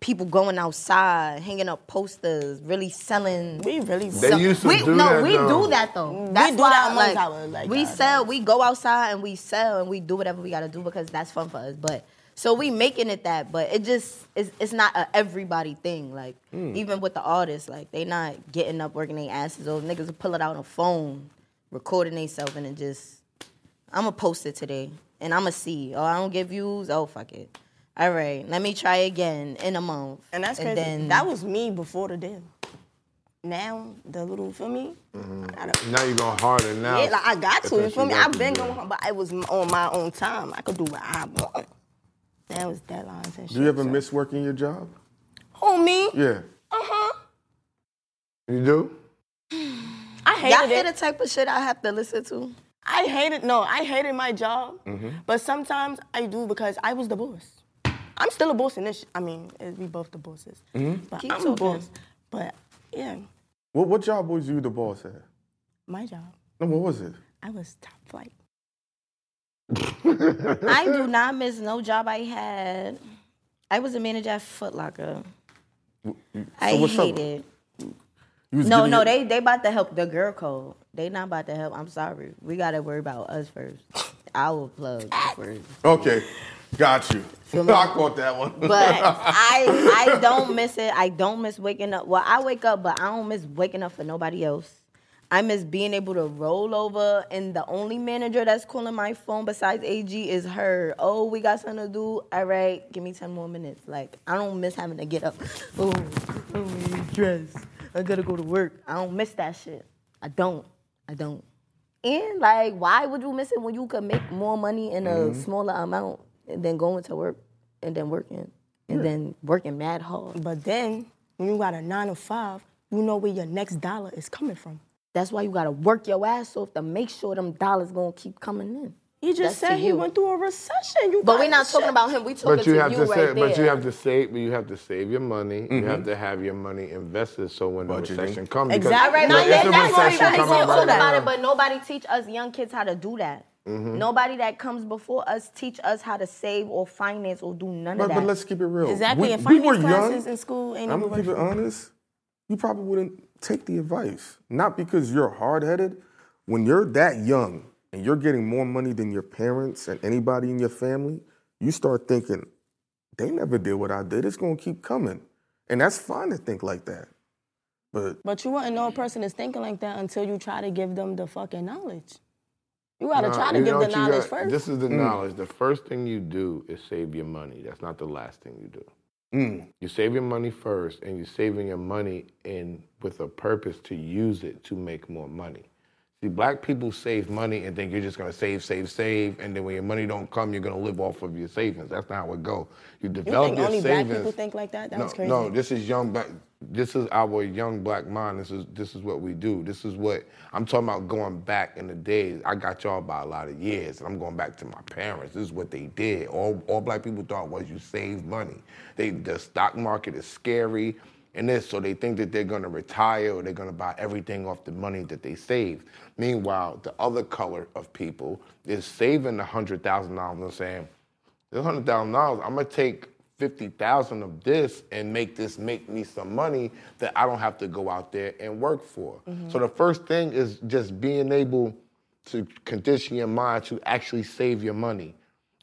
S3: people going outside, hanging up posters, really selling.
S2: We really
S5: They used to
S3: we,
S5: do
S3: no,
S5: that,
S3: we
S5: though.
S3: do that though. That's
S2: do
S3: why,
S2: that amongst
S3: like,
S2: our, like,
S3: we
S2: our
S3: sell, we go outside and we sell and we do whatever we gotta do because that's fun for us. But so we making it that, but it just it's, it's not a everybody thing. Like
S5: Hmm.
S3: even with the artists, like they not getting up working their asses off. Niggas will pull it out on phone, recording themselves and it just I'ma post it today and I'ma see. Oh, I don't get views. Oh fuck it. all right, let me try again in a month.
S2: And that's crazy.
S3: then-
S2: that was me before the deal. Now the little for me,
S4: Mm-hmm.
S2: I gotta,
S5: Now you're going harder now.
S2: yeah, like I got
S5: That's
S2: to.
S5: what
S2: You feel me?
S5: got
S2: I've
S5: to
S2: been
S5: do.
S2: going, home, but it was m- on my own time. I could do what I want. That was deadlines and shit.
S4: Do you ever
S2: so-
S4: miss working your job?
S2: Who me?
S4: Yeah.
S2: Uh huh.
S5: You do?
S2: I
S3: Y'all
S2: hated
S3: hear
S2: it.
S3: the type of shit I have to listen to?
S2: I hated no, I hated my job,
S4: Mm-hmm.
S2: but sometimes I do because I was the boss. I'm still a boss in this. sh- I mean, eh, we both the bosses,
S4: Mm-hmm.
S2: but I'm a
S3: talking.
S2: boss. But yeah,
S4: What, what job was you the boss at?
S2: my job,
S4: No, what was it?
S2: I was top flight.
S3: I do not miss no job I had. I was a manager at Foot Locker. I
S4: what's up?
S3: hate it.
S4: You was
S3: No,
S4: getting
S3: no,
S4: your-
S3: they they about to help the girl code. They not about to help. I'm sorry. We gotta worry about us first. I will plug first.
S4: Okay, got you. I caught that one.
S3: But I I don't miss it. I don't miss waking up. Well, I wake up, but I don't miss waking up for nobody else. I miss being able to roll over, and the only manager that's calling my phone besides AG is her. Oh, we got something to do. All right, give me ten more minutes. Like I don't miss having to get up. Oh, oh dress. I gotta go to work. I don't miss that shit. I don't. I don't. And like, why would you miss it when you could make more money in a
S5: Mm-hmm.
S3: smaller amount than going to work and then working and then working mad hard?
S2: But then when you got a nine to five, you know where your next dollar is coming from.
S3: That's why you gotta work your ass off to make sure them dollars gonna keep coming in.
S2: He just
S3: That's
S2: said
S3: to
S2: he
S3: you.
S2: went through a recession. You
S3: But
S2: got
S3: we're not
S2: this
S3: talking
S2: shit.
S3: about him. We talking
S5: But you
S3: to
S5: have
S3: you
S5: to
S3: right
S5: save.
S3: there.
S5: But you have to save. But you have to save your money. You have to have your money invested. So when
S4: Budgeting.
S5: the recession comes,
S2: Exactly.
S3: All right,
S2: No,
S3: but
S5: because
S2: yeah,
S3: that-
S5: if the
S3: that's what I'm
S5: recession
S3: trying to
S5: come
S3: say.
S5: out
S3: Talk
S5: right
S3: about it,
S5: now,
S3: but nobody teach us young kids how to do that.
S5: Mm-hmm.
S3: Nobody that comes before us teach us how to save or finance or do none
S4: but,
S3: of that.
S4: but let's keep it real.
S2: Exactly.
S4: We,
S2: and
S4: we
S2: finance
S4: were
S2: classes
S4: young.
S2: in school ain't
S4: I'm
S2: even
S4: gonna keep
S2: worth
S4: it honest. You probably wouldn't take the advice, not because you're hard headed. When you're that young and you're getting more money than your parents and anybody in your family, you start thinking, "They never did what I did. It's gonna keep coming," and that's fine to think like that. But
S2: But you wouldn't know a person is thinking like that until you try to give them the fucking knowledge. You gotta try to
S5: you
S2: give
S5: know
S2: the
S5: what you
S2: knowledge
S5: got?
S2: first.
S5: This is the knowledge. The first thing you do is save your money. That's not the last thing you do. You save your money first, and you're saving your money in with a purpose to use it to make more money. See, black people save money and think you're just gonna save, save, save, and then when your money don't come, you're gonna live off of your savings. That's not how it go.
S2: you
S5: You develop
S2: think
S5: your
S2: only
S5: savings.
S2: black people think like that? That
S5: no,
S2: was crazy.
S5: no, this is young black. This is our young black mind. This is this is what we do. This is what I'm talking about. Going back in the days, I got y'all by a lot of years, and I'm going back to my parents. This is what they did. All all black people thought was you save money. They the stock market is scary, and this so they think that they're going to retire or they're going to buy everything off the money that they saved. Meanwhile, the other color of people is saving a hundred thousand dollars and saying this hundred thousand dollars, I'm gonna take fifty thousand of this and make this make me some money that I don't have to go out there and work for. So the first thing is just being able to condition your mind to actually save your money.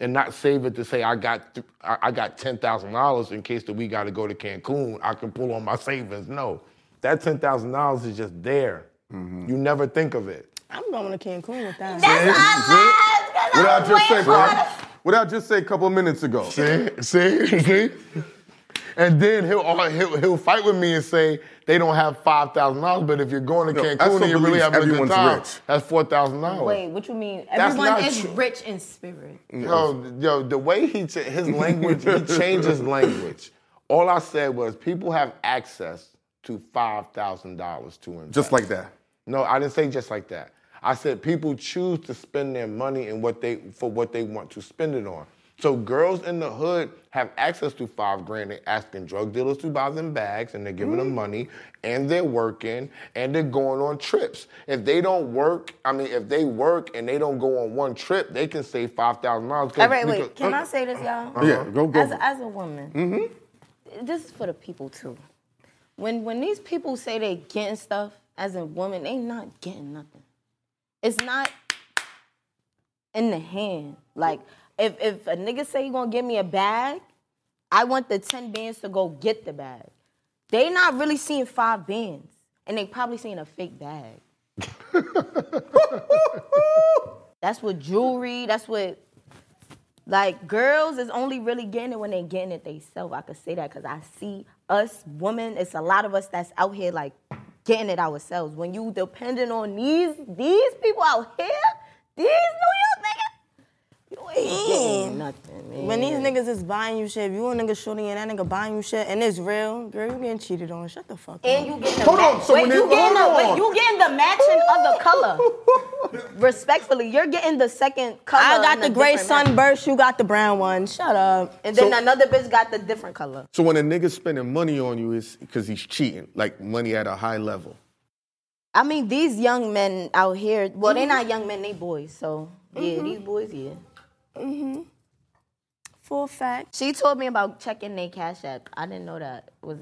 S5: And not save it to say I got th- I I got ten thousand dollars in case that we got to go to Cancun. I can pull on my savings. No, that ten thousand dollars is just there. You never think of it.
S2: I'm going to Cancun with that.
S4: See? See? What I just say, couple- what I just say a couple of minutes ago.
S5: See, see, see. And then he'll, all- he'll he'll fight with me and say they don't have five thousand dollars, but if you're going to
S4: No,
S5: Cancun
S4: Esso
S5: and you really
S4: believes
S5: having a good
S4: everyone's
S5: time,
S4: rich.
S5: that's four thousand dollars.
S3: Wait, what you mean?
S5: That's
S3: Everyone
S5: not
S3: is
S5: true.
S3: rich in spirit.
S5: Yo, yo, the way he cha- his language, he changes language. All I said was people have access to five thousand dollars to invest.
S4: Just like that.
S5: No, I didn't say just like that. I said people choose to spend their money and what they for what they want to spend it on. So girls in the hood have access to five grand. They're asking drug dealers to buy them bags, and they're giving them
S4: Mm-hmm.
S5: money, and they're working, and they're going on trips. If they don't work, I mean, if they work and they don't go on one trip, they can save five thousand dollars.
S3: All right, wait. Can I say this, y'all?
S4: Uh, Yeah, go Mm-hmm. go.
S3: as, as a woman, this is for the people too. When when these people say they getting stuff as a woman, they not getting nothing. It's not in the hand. Like if if a nigga say you gonna give me a bag, I want the ten bands to go get the bag. They not really seeing five bands, and they probably seeing a fake bag. That's what jewelry. That's what Like girls is only really getting it when they getting it they self. I could say that because I see us women. It's a lot of us that's out here like getting it ourselves. When you depending on these these people out here, these New York niggas, you ain't getting nothing, man.
S2: When these niggas is buying you shit, if you a nigga shooting and that nigga buying you shit and it's real, girl, you getting cheated on. Shut the fuck
S3: And
S2: up.
S3: you getting the
S4: Hold on, so
S3: wait,
S4: when
S3: you
S4: it-
S3: getting
S4: hold
S3: the wait,
S4: on.
S3: you getting the matching of the color. Respectfully, you're getting the second color.
S2: I got
S3: in
S2: the
S3: a
S2: gray
S3: different match.
S2: sunburst, you got the brown one. Shut up.
S3: and then
S4: So-
S3: another bitch got the different color.
S4: So when a nigga spending money on you, it's because he's cheating, like money at a high level.
S3: I mean, these young men out here. Well, they not young men; they boys. So yeah, these boys. Yeah.
S2: Full fact.
S3: She told me about checking their cash app. I didn't know that was.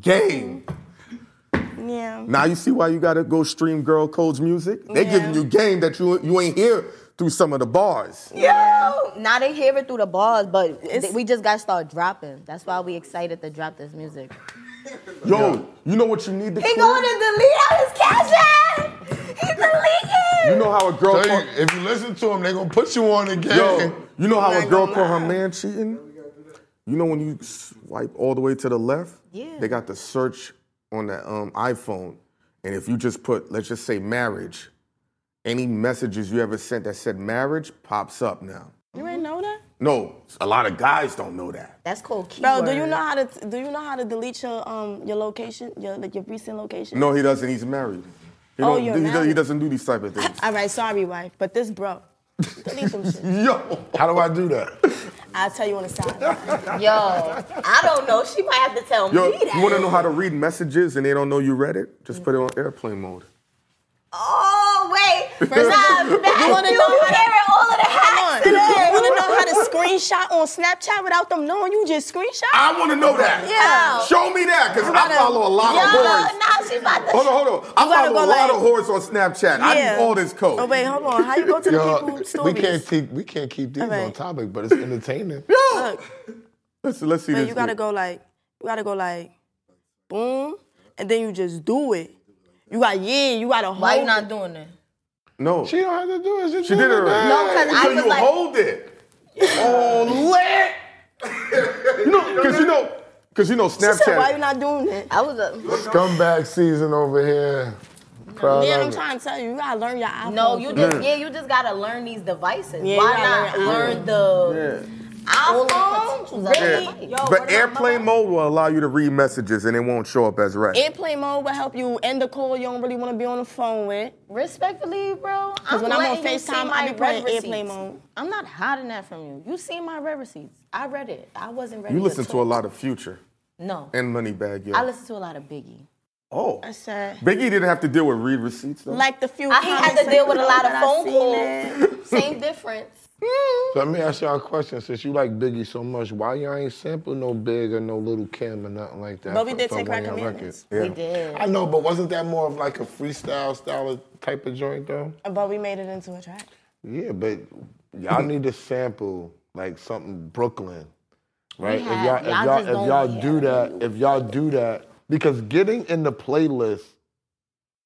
S4: Game.
S2: Yeah.
S4: Now you see why you gotta go stream Girl Code's music. They
S2: Yeah.
S4: giving you game that you you ain't hear through some of the bars.
S3: Yo, now they hear it through the bars, but
S2: It's-
S3: we just gotta start dropping. That's why we excited to drop this music.
S4: Yo, you know what you need to
S3: He
S4: clear?
S3: going to delete out his cash app. He deleting.
S4: You know how a girl
S5: Tell
S4: caught,
S5: you, if you listen to them, they gonna put you on again.
S4: yo, you know how
S2: I'm
S4: a
S2: not
S4: girl
S2: gonna
S4: caught her
S2: lie.
S4: man cheating? You know when you swipe all the way to the left?
S3: Yeah.
S4: They got the search on that um, iPhone. And if you just put, let's just say marriage, any messages you ever sent that said marriage pops up now.
S2: You ain't know that?
S4: No, a lot of guys don't know that.
S3: That's called keyword.
S2: Bro, do you know how to do you know how to delete your um your location, your like your recent location?
S4: No, he doesn't. He's married. He
S2: Oh,
S4: don't-
S2: you're
S4: he, does- he
S2: married.
S4: doesn't do these type of things.
S2: All right, sorry, wife, but this bro, delete some shit.
S4: Yo,
S5: How do I do that?
S2: I'll tell you on the side.
S3: Yo, I don't know. She might have to tell
S4: yo,
S3: me that.
S4: you want to know how to read messages and they don't know you read it? Just put it on airplane mode.
S3: Oh wait, first time you
S2: wanna
S3: you
S2: know how-
S3: hearing all of the hacks
S2: You
S3: today.
S2: wanna know how to screenshot on Snapchat without them knowing you just screenshot?
S4: I want to know that.
S3: Yeah.
S4: Show me that, cause I follow a lot
S3: Yo,
S4: of whores.
S3: now she about to.
S4: Hold on, hold on. I
S2: You gotta
S4: follow a
S2: go
S4: lot
S2: like-
S4: of whores on Snapchat. I need all this code.
S2: Oh wait, hold on. How you go to the
S5: Yo,
S2: people
S5: we
S2: stories?
S5: can't keep we can't keep these
S2: Alright.
S5: on topic, but it's entertaining.
S2: Look,
S4: Let's, let's see
S2: man,
S4: this.
S2: you gotta
S4: dude.
S2: go like you gotta go like boom, and then you just do it. You got yeah, you gotta hold.
S3: Why you not doing it?
S4: No,
S5: She
S4: she,
S5: don't have to do it. She,
S4: did it. already.
S3: No, 'cause I
S4: so
S3: was
S4: you
S3: like-
S4: hold it. Oh, lit. no, cause you know, cause you know
S2: She said, why you
S4: Snapchat.
S2: not doing it?
S3: I was a
S5: Comeback season over here. Proud
S2: Yeah,
S5: of
S2: I'm
S5: it.
S2: trying to tell you, you gotta learn your iPhone.
S3: no. You just
S4: Yeah.
S3: yeah. You just gotta learn these devices.
S2: Yeah,
S3: Why
S2: you
S3: not
S2: gotta
S3: learn,
S2: learn-
S3: the
S2: iPhone? Really?
S3: Yo, what
S4: But
S3: am I-
S4: airplane mode will allow you to read messages and it won't show up as red.
S2: Airplane mode will help you end the call you don't really want to be on the phone with.
S3: Respectfully, bro.
S2: Because when I'm on
S3: letting you see
S2: FaceTime, I
S3: my
S2: be playing
S3: red
S2: airplane
S3: receipts.
S2: mode.
S3: I'm not hiding that from you. You seen my red receipts. I read it. I wasn't ready.
S4: You listen to a
S3: talk.
S4: lot of Future
S3: No,
S4: and Moneybag, yo.
S3: I listen to a lot of Biggie.
S4: oh,
S2: I said,
S4: Biggie didn't have to deal with read receipts though.
S2: like the few.
S3: I had to
S2: comments
S3: deal with a lot of
S2: that I
S3: phone
S2: seen
S3: calls.
S2: there.
S3: Same difference.
S5: So let me ask y'all a question. Since you like Biggie so much, why y'all ain't sample no Big or no Little Kim or nothing like that?
S2: But we
S5: for-
S2: did
S5: for
S2: take
S5: one
S2: Rock
S5: of y'all
S2: Comedians.
S5: records?
S3: We did.
S5: I know, but wasn't that more of like a freestyle style of type of joint though?
S2: But we made it into a track.
S5: Yeah, but y'all need to sample like something Brooklyn, right?
S3: have-
S5: if
S3: y'all
S5: y'all,
S3: just
S5: if y'all,
S3: don't really
S5: if y'all do that, if y'all do that, because getting in the playlist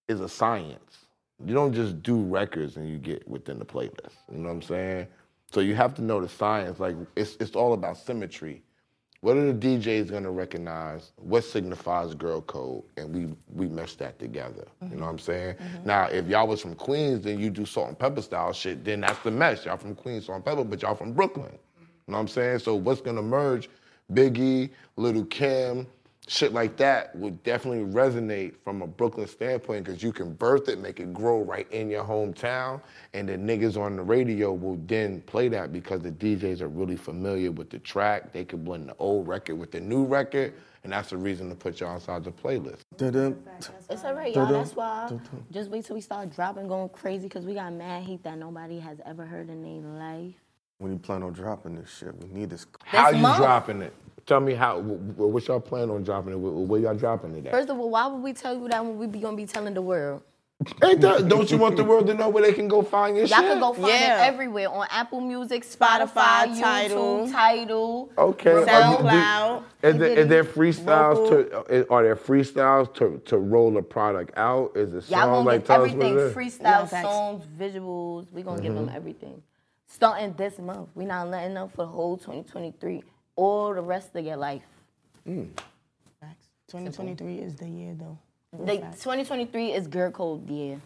S5: is a science. You don't just do records and you get within the playlist. You know what I'm saying? So you have to know the science. Like it's it's all about symmetry. What are the DJs gonna recognize? What signifies girl code? And we we mesh that together. You know what I'm saying? Now, if y'all was from Queens, then you do salt and pepper style shit. Then that's the mesh. Y'all from Queens, salt and pepper, but y'all from Brooklyn. You know what I'm saying? So what's gonna merge? Biggie, Little Kim, shit like that would definitely resonate from a Brooklyn standpoint because you can birth it, make it grow right in your hometown, and the niggas on the radio will then play that because the DJs are really familiar with the track. They could blend the old record with the new record, and that's the reason to put y'all inside the playlist.
S4: Dun-dun.
S3: It's all right, y'all. That's why just wait till we start dropping, going crazy, because we got mad heat that nobody has ever heard in their life.
S4: When you plan on dropping this shit, we need this.
S5: how you
S3: month.
S5: dropping it? Tell me how. wh- wh- What y'all plan on dropping it? Wh- Where y'all dropping it at?
S3: First of all, why would we tell you that when we be gonna be telling the world?
S5: Ain't that, don't you want the world to know where they can go find your
S3: Y'all
S5: shit?
S3: can go find
S2: Yeah.
S3: it everywhere on Apple Music, Spotify,
S2: Spotify,
S3: Title,
S2: Tidal.
S3: YouTube, Title.
S5: Okay. are you-
S2: SoundCloud.
S5: do- Is there, is there freestyles to uh, are there freestyles to, to roll a product out? Is
S3: Y'all
S5: it songs
S3: gonna
S5: like
S3: get
S5: tell us what
S3: everything
S5: it Mm-hmm. is?
S3: freestyle
S2: Yeah, facts.
S3: songs, visuals. We gonna give them everything. Starting this month, we not letting up for the whole 2023, all the rest of your life.
S2: Facts. 2023 is the year though.
S3: Like 2023 is girl code year.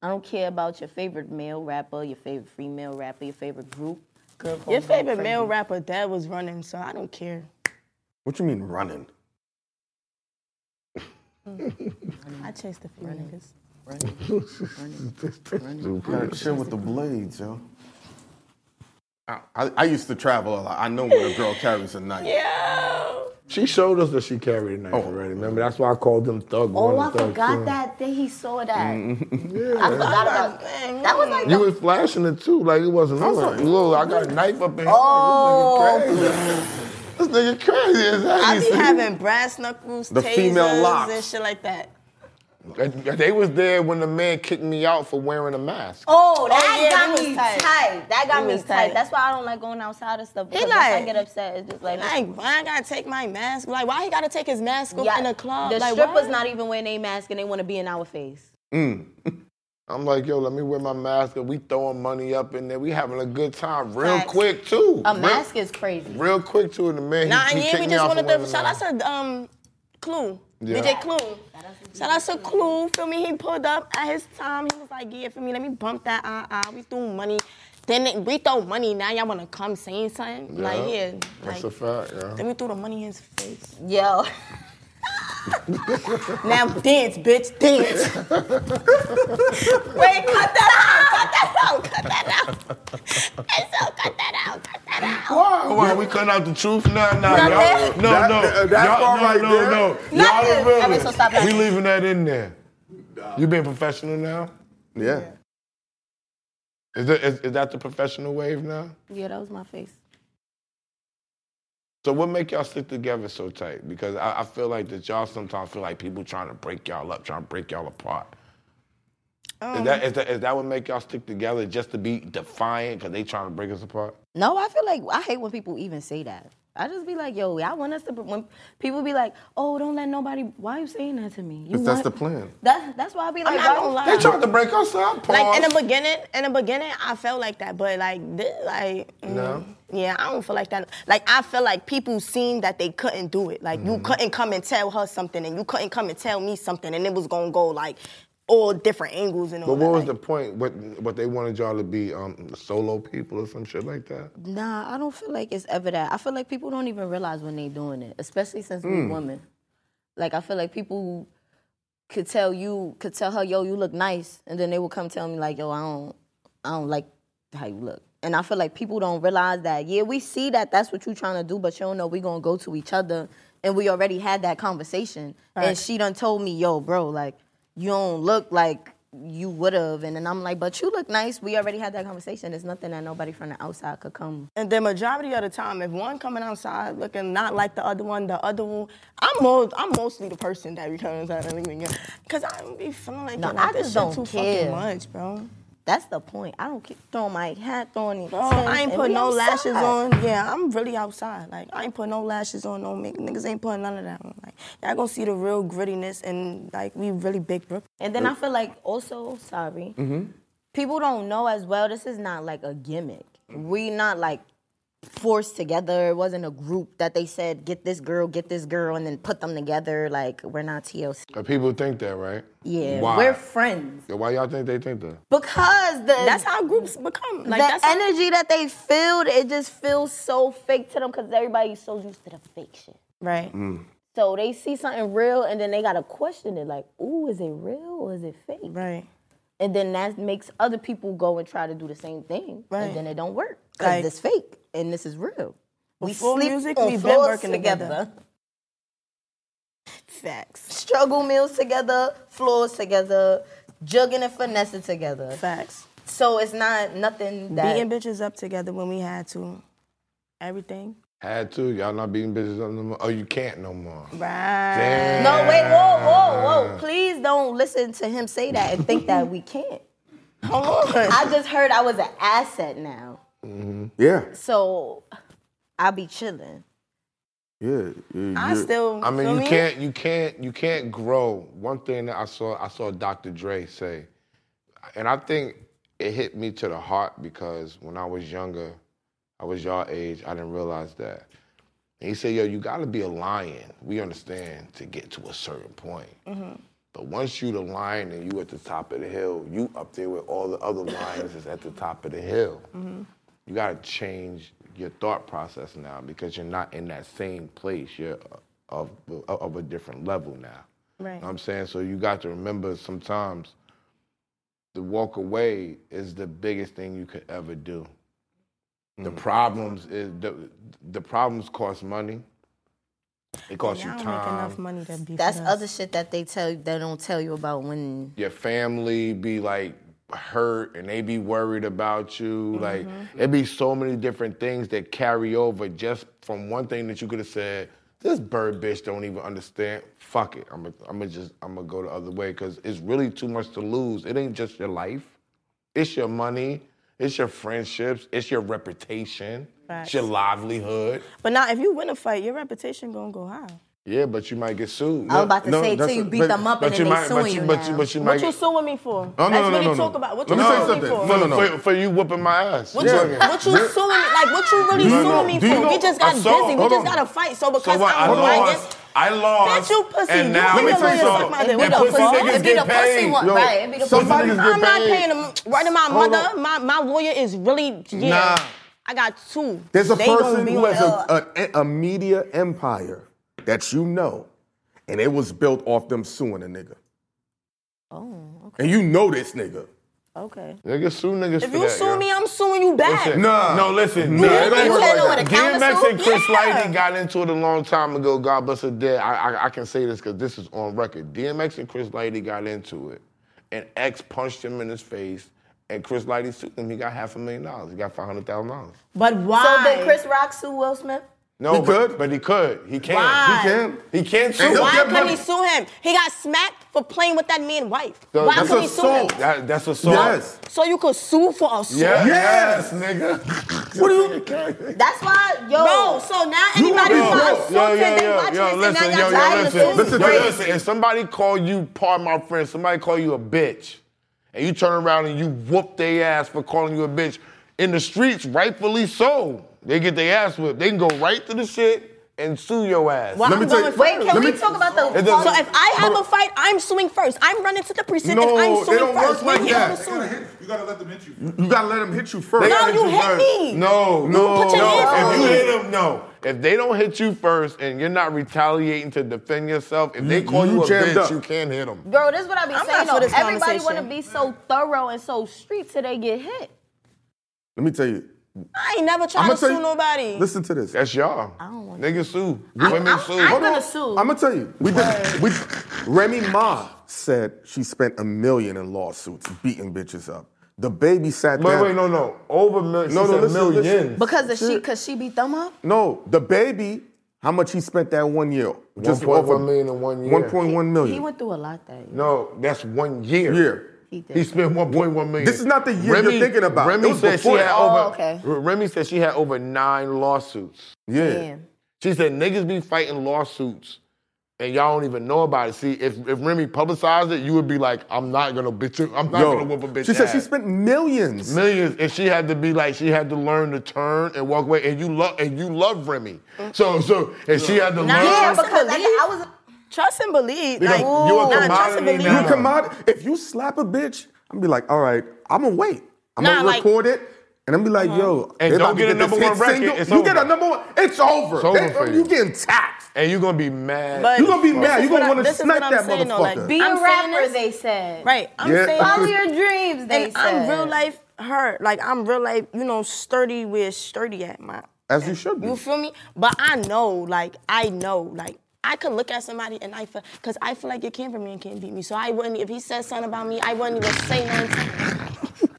S3: I don't care about your favorite male rapper, your favorite female rapper, your favorite group. Girl code
S2: Your
S3: go
S2: favorite
S3: crazy.
S2: male rapper that was running, so I don't care.
S4: What you mean running?
S2: I chased a few niggas.
S4: Gotta chill with the blades, yo. I, I, I used to travel a lot. I know when a girl carries a knife.
S2: Yo!
S5: She showed us that she carried a knife already. Remember, that's why I called them thug one
S3: Oh,
S5: and
S3: I
S5: thug
S3: forgot
S5: two.
S3: that day he saw that. I forgot about that. That Mm-hmm. was like
S5: You was flashing it too, like it wasn't. I
S4: like,
S5: look, I got a knife up in here.
S3: Oh.
S5: This nigga crazy. This nigga
S2: I
S5: crazy
S2: be
S5: as
S2: having brass knuckles,
S4: The
S2: tasers,
S4: female locks.
S2: and shit like that.
S5: hell. They was there when the man kicked me out for wearing a mask.
S3: Oh, that
S2: yeah, it
S3: got
S2: was
S3: me
S2: tight.
S3: tight. That got
S2: It
S3: me
S2: was
S3: tight.
S2: tight.
S3: That's why I don't like going outside and stuff. Because once I
S2: like-
S3: get upset, it's just like,
S2: Like, why I gotta take my mask? Like, why he gotta take his mask off
S3: yeah,
S2: in a club?
S3: The
S2: like,
S3: strippers
S2: why?
S3: not even wearing a mask and they want to be in our face.
S5: I'm like, yo, let me wear my mask. And we throwing money up in there. We having a good time, real
S3: Facts.
S5: quick too.
S3: A
S5: Real-
S3: mask is crazy.
S5: Real quick too, and the man. he-
S2: Nah,
S5: he
S2: yeah,
S5: kicked
S2: we
S5: me
S2: just
S5: out for
S2: wanted to
S5: wearing a
S2: shout
S5: mask.
S2: out to um Clue.
S5: Yeah.
S2: DJ Clue. Shout out to Clue. Feel me? He pulled up at his time. He was like, yeah, feel me, let me bump that uh uh. We threw money. Then it- we throw money. Now y'all wanna come saying something? Like, yeah. Like,
S5: That's a fact, yeah.
S2: then we threw the money in his face.
S3: Yo.
S2: Now dance, bitch, dance.
S3: Wait, cut that
S2: out, cut that out. It's so cut that out, cut that out.
S5: Why? Why we cutting out the truth? Nah, nah,
S3: Not
S5: y'all.
S3: that-
S5: No,
S4: That-
S5: no,
S4: that- that
S5: y'all,
S4: part
S5: no,
S4: right
S5: no,
S4: there?
S5: no.
S3: Not
S5: Y'all
S3: that-
S5: the villain.
S3: Okay, so stop that.
S5: We leaving that in there. You being professional now?
S4: Yeah.
S5: Is that, is, is that the professional wave now?
S3: out. Yeah, that was my face.
S5: So what make y'all stick together so tight? Because I, I feel like that y'all sometimes feel like people trying to break y'all up, trying to break y'all apart. Is that, is, that, is that what make y'all stick together just to be defiant because they trying to break us apart?
S3: No, I feel like I hate when people even say that. I just be like, yo, I want us to. When people be like, oh, don't let nobody. Why you saying that to me? You
S4: Because that's
S3: want,
S4: the plan.
S3: That, that's why I be like, why-
S2: not gonna lie.
S5: They trying to break us up, pause.
S2: Like in the beginning, in the beginning, I felt like that, but like, this, like, mm,
S5: No?
S2: yeah, I don't feel like that. Like, I feel like people seen that they couldn't do it. Like,
S5: Mm-hmm.
S2: you couldn't come and tell her something, and you couldn't come and tell me something, and it was gonna go like all different angles and all.
S5: but what was
S2: that.
S5: the point? What, what they wanted y'all to be um, solo people or some shit like that?
S3: Nah, I don't feel like it's ever that. I feel like people don't even realize when they doing it, especially since we women. Like I feel like people could tell you, could tell her, yo, you look nice, and then they would come tell me like, yo, I don't, I don't like how you look. And I feel like people don't realize that. Yeah, we see that that's what you trying to do, but you don't know we gonna go to each other, and we already had that conversation. And she done told me, yo, bro, like you don't look like you would have, and then I'm like, but you look nice. We already had that conversation. It's nothing that nobody from the outside could come
S2: And the majority of the time, if one coming outside looking not like the other one, the other one, I'm most, I'm mostly the person that be coming outside and looking because I don't be feeling like,
S3: No,
S2: yo, like
S3: I
S2: this
S3: just
S2: shit
S3: don't
S2: too fucking
S3: care.
S2: much, bro.
S3: That's the point. I don't keep throwing my hat, throwing it.
S2: Bro, I ain't put no lashes on. Yeah, I'm really outside. Like I ain't put no lashes on, no make niggas ain't putting none of that on. Like y'all gonna see the real grittiness and like we really big Brooklyn.
S3: And then I feel like also, sorry, people don't know as well. This is not like a gimmick. We not like forced together. It wasn't a group that they said get this girl, get this girl, and then put them together. Like we're not TLC.
S5: But Uh, people think that, right?
S3: Yeah,
S5: Why?
S3: we're friends
S5: Yeah, Why y'all think they think that?
S3: because the
S2: That's how groups become. Like
S3: the
S2: that's how-
S3: energy that they feel, it just feels so fake to them because everybody's so used to the fake shit.
S2: right.
S3: So they see something real and then they gotta question it, like, ooh, is it real or is it fake?
S2: Right.
S3: And then that makes other people go and try to do the same thing.
S2: Right.
S3: And then it don't work. Because
S2: Like-
S3: it's fake and this is real. We
S2: Before music, we've been
S3: floors
S2: working together. Facts.
S3: struggle meals together, floors together, jugging and finessing together.
S2: Facts.
S3: So it's not nothing that
S2: Beating bitches up together when we had to. Everything.
S5: Had to. Y'all not beating bitches up no more. Oh, you can't no more.
S2: Right.
S5: Damn.
S3: No, wait, whoa, whoa, whoa. Please don't listen to him say that and think that we can't.
S2: Come on.
S3: I just heard I was an asset now.
S4: Yeah.
S3: So I'll be chilling.
S4: Yeah. yeah,
S2: I
S4: yeah.
S2: still.
S5: I mean,
S2: feel
S5: you
S2: me?
S5: can't, you can't, you can't grow. One thing that I saw, I saw Dr. Dre say, and I think it hit me to the heart because when I was younger, I was your age, I didn't realize that. And he said, yo, you gotta be a lion. We understand to get to a certain point. But once you the lion and you at the top of the hill, you up there with all the other lions is at the top of the hill. You gotta change your thought process now because you're not in that same place. You're of of a different level now.
S2: Right.
S5: Know what I'm saying? So you got to remember sometimes the walk away is the biggest thing you could ever do. The problems is the the problems cost money. It costs
S2: I
S5: you
S2: don't make
S5: time.
S2: enough money to be.
S3: That's
S2: for this.
S3: other shit that they tell they don't tell you about when
S5: Your family be like hurt and they be worried about you. Like
S2: Mm-hmm.
S5: it be so many different things that carry over just from one thing that you could have said. This bird bitch don't even understand. Fuck it. I'm gonna I'm just I'm gonna go the other way because it's really too much to lose. It ain't just your life. It's your money. It's your friendships. It's your reputation. It's your livelihood.
S2: But now, if you win a fight, your reputation gonna go high.
S5: Yeah, but you might get sued.
S3: I was about to
S4: No,
S3: say till
S4: that's
S3: you
S4: what-
S3: beat
S4: but-
S3: them up
S5: but
S3: and then
S5: you
S3: they
S5: might,
S3: suing
S5: but you,
S3: you
S5: but you,
S3: now.
S5: but you
S2: What
S5: might.
S2: you
S5: get-
S2: suing me for?
S4: no,
S2: Let's
S4: no, no,
S2: really
S4: no,
S2: talk
S4: no.
S2: about what you
S4: Let me tell you
S2: suing me
S4: something.
S2: for.
S4: No, no,
S5: for,
S4: no.
S5: for- for you whooping my ass.
S2: What,
S5: Yeah.
S2: you, what you
S4: Re-
S2: suing me? Like what you really
S4: No,
S2: suing
S4: no.
S2: me
S4: Do
S2: for?
S4: you know-
S2: we just
S5: I
S2: got
S5: saw-
S2: busy. We
S4: hold
S2: just
S4: on.
S2: got to fight. So because
S5: So what? I
S2: I'm lying,
S5: lost. I
S2: Bitch,
S5: lost.
S2: you pussy.
S5: And
S2: You
S5: now
S2: ain't
S5: let me
S2: never
S5: tell you
S2: suck
S5: something.
S2: my dick.
S5: And
S2: What the
S5: pussy
S2: fuck?
S5: niggas
S3: It'd be
S5: get
S3: the pussy
S5: paid.
S3: one,
S5: Yo,
S3: right? It'd be the
S5: some
S3: pussy
S5: niggas
S3: one.
S5: get
S2: I'm not
S5: paid.
S2: paying them. Right to my
S4: Hold
S2: mother,
S4: on.
S2: my, my lawyer is really yeah.
S4: Nah.
S2: I got two.
S4: There's a
S2: They gonna
S4: person
S2: be
S4: who
S2: on
S4: has a, a, a media empire that you know, and it was built off them suing a nigga. Oh, okay. And you know this nigga.
S2: Okay.
S5: Niggas sue niggas
S2: If
S5: for
S2: you
S5: that,
S2: sue
S5: yo.
S2: me, I'm suing you back.
S5: Listen,
S4: Nah.
S5: No, listen.
S4: Nah, it don't work like
S5: DMX,
S4: that.
S5: and- DMX and Chris
S2: Yeah.
S5: Lighty got into it a long time ago. God bless her dead. I, I, I can say this because this is on record. DMX and Chris Lighty got into it, and X punched him in his face, and Chris Lighty sued him. He got half a million dollars. He got five hundred thousand dollars.
S2: But why?
S3: So did Chris Rock sue Will Smith?
S5: No,
S4: He
S5: but,
S4: could.
S5: but he could. He can.
S2: Why?
S5: He can. He can sue.
S4: And he'll
S5: him.
S2: Why
S4: get
S2: couldn't
S4: money.
S2: he sue him? He got smacked for playing with that man's wife.
S5: So
S2: Why
S5: that's
S2: couldn't he sue him?
S4: assault.
S5: That, that's assault.
S4: Yes.
S2: So you could sue for assault.
S5: Yeah,
S4: Yes.
S5: yes, nigga.
S4: What do you?
S3: That's why, yo.
S2: Bro, so now
S4: You
S2: anybody
S4: wanna
S5: Oh,
S2: who
S4: be-
S2: got
S4: Yo,
S2: assaulted, they watching this, and now y'all trying to sue me.
S5: listen, listen,
S4: Listen
S5: yo,
S4: to
S5: listen. If somebody call you, pardon my friend, somebody call you a bitch, and you turn around and you whoop their ass for calling you a bitch in the streets, rightfully so, they get their ass whipped. They can go right to the shit and sue your ass.
S2: Well,
S4: Let
S2: I'm
S4: me tell you-
S2: going
S3: Wait, can
S2: first.
S4: Let
S3: we
S4: me-
S3: talk about the
S5: It doesn't-
S2: So if I have
S4: Hold
S2: a
S4: on.
S2: fight, I'm suing first. I'm running to the precinct
S4: No,
S2: and I'm
S4: they
S2: suing
S4: don't work
S2: first.
S4: like
S2: we here to
S4: that. They
S2: sue.
S1: gotta hit, you gotta let them hit you.
S4: You gotta let him hit you first.
S5: They
S2: No,
S5: gotta
S2: you
S5: do
S2: hit
S5: first.
S2: me.
S5: No, no,
S2: put your
S5: no.
S2: hands
S5: If
S2: on
S5: you
S2: me.
S5: hit them, no. If they don't hit you first and you're not retaliating to defend yourself, if they
S4: You-
S5: call you,
S4: you
S5: a
S4: jammed
S5: bitch,
S4: up.
S5: you can't hit them.
S3: Bro, this is what I be
S2: I'm
S3: saying.
S2: not for
S3: though.
S2: this
S3: Everybody want to
S2: conversation.
S3: be so thorough and so street till they get hit.
S4: Let me tell you.
S2: I ain't never
S4: I'm
S2: trying to
S4: gonna
S2: sue
S4: tell you.
S2: nobody.
S4: Listen to this.
S5: That's y'all. I
S3: don't want
S5: Niggas sue.
S4: I-
S5: Women
S3: I'm-
S5: sue.
S3: I'm
S5: Hold on.
S3: gonna sue.
S4: I'm gonna tell you. We did. We, Remy Ma said she spent a million in lawsuits beating bitches up. The baby sat
S5: Wait,
S4: down.
S5: wait, no, no. Over million.
S4: No,
S5: she
S4: no,
S5: said
S4: listen, listen.
S5: millions.
S3: Because of she, cause she beat them up.
S4: No, the baby. How much he spent that one year?
S5: 1.1
S4: off of-
S5: million in one year.
S4: 1.1 million.
S3: He went through a lot that year.
S5: No, that's one year.
S4: Year.
S3: He did.
S5: He spent 1.1 million.
S4: This is not the year you're thinking about.
S5: Remy
S4: It was
S5: said she
S4: before
S5: had
S4: that.
S5: over.
S3: Oh, okay.
S5: Remy said she had over nine lawsuits.
S4: Yeah.
S3: Damn.
S5: She said niggas be fighting lawsuits and y'all don't even know about it. See, if, if Remy publicized it, you would be like, I'm not gonna bitch. I'm not gonna whoop a bitch.
S4: she said she
S5: ass.
S4: spent millions.
S5: millions and she had to be like she had to learn to turn and walk away and you love and you love Remy. So so and she had to learn
S3: Yeah,
S2: trust and
S3: because at the-
S2: believe.
S3: I was.
S2: Trust and believe. Like,
S5: Because you
S2: nah,
S5: a
S2: trust
S5: commodity
S2: and believe.
S5: now.
S4: You commodity. If you slap a bitch, I'm gonna be like, all right, I'm gonna wait. I'm
S2: Nah,
S4: gonna
S2: like- Uh-huh.
S4: record it. And I'm be like, yo,
S5: And
S4: they
S5: don't
S4: about to
S5: get a
S4: this
S5: number
S4: hit
S5: one record, it's
S4: you get
S5: over.
S4: a number one, it's over.
S5: It's over
S4: They-
S5: for you.
S4: you getting taxed.
S5: and you're gonna be mad.
S2: But-
S4: You gonna be
S2: This
S4: mad. You
S2: is what
S4: gonna
S2: I-
S4: want to
S2: this is
S4: snipe
S2: what I'm
S4: that
S2: saying, though, like,
S4: motherfucker.
S2: be-
S3: Be
S2: I'm
S3: a
S2: saying
S3: rapper,
S2: this-
S3: they said.
S2: Right. I'm
S4: Yeah.
S2: saying
S3: Follow your dreams, they
S2: and
S3: said.
S2: I'm real life her. Like I'm real life, you know, sturdy where sturdy at my
S4: As you should be.
S2: you feel me? But I know, like, I know, like, I could look at somebody and I feel, because I feel like your cameraman can't beat me. So I wouldn't, if he said something about me, I wouldn't even say nothing.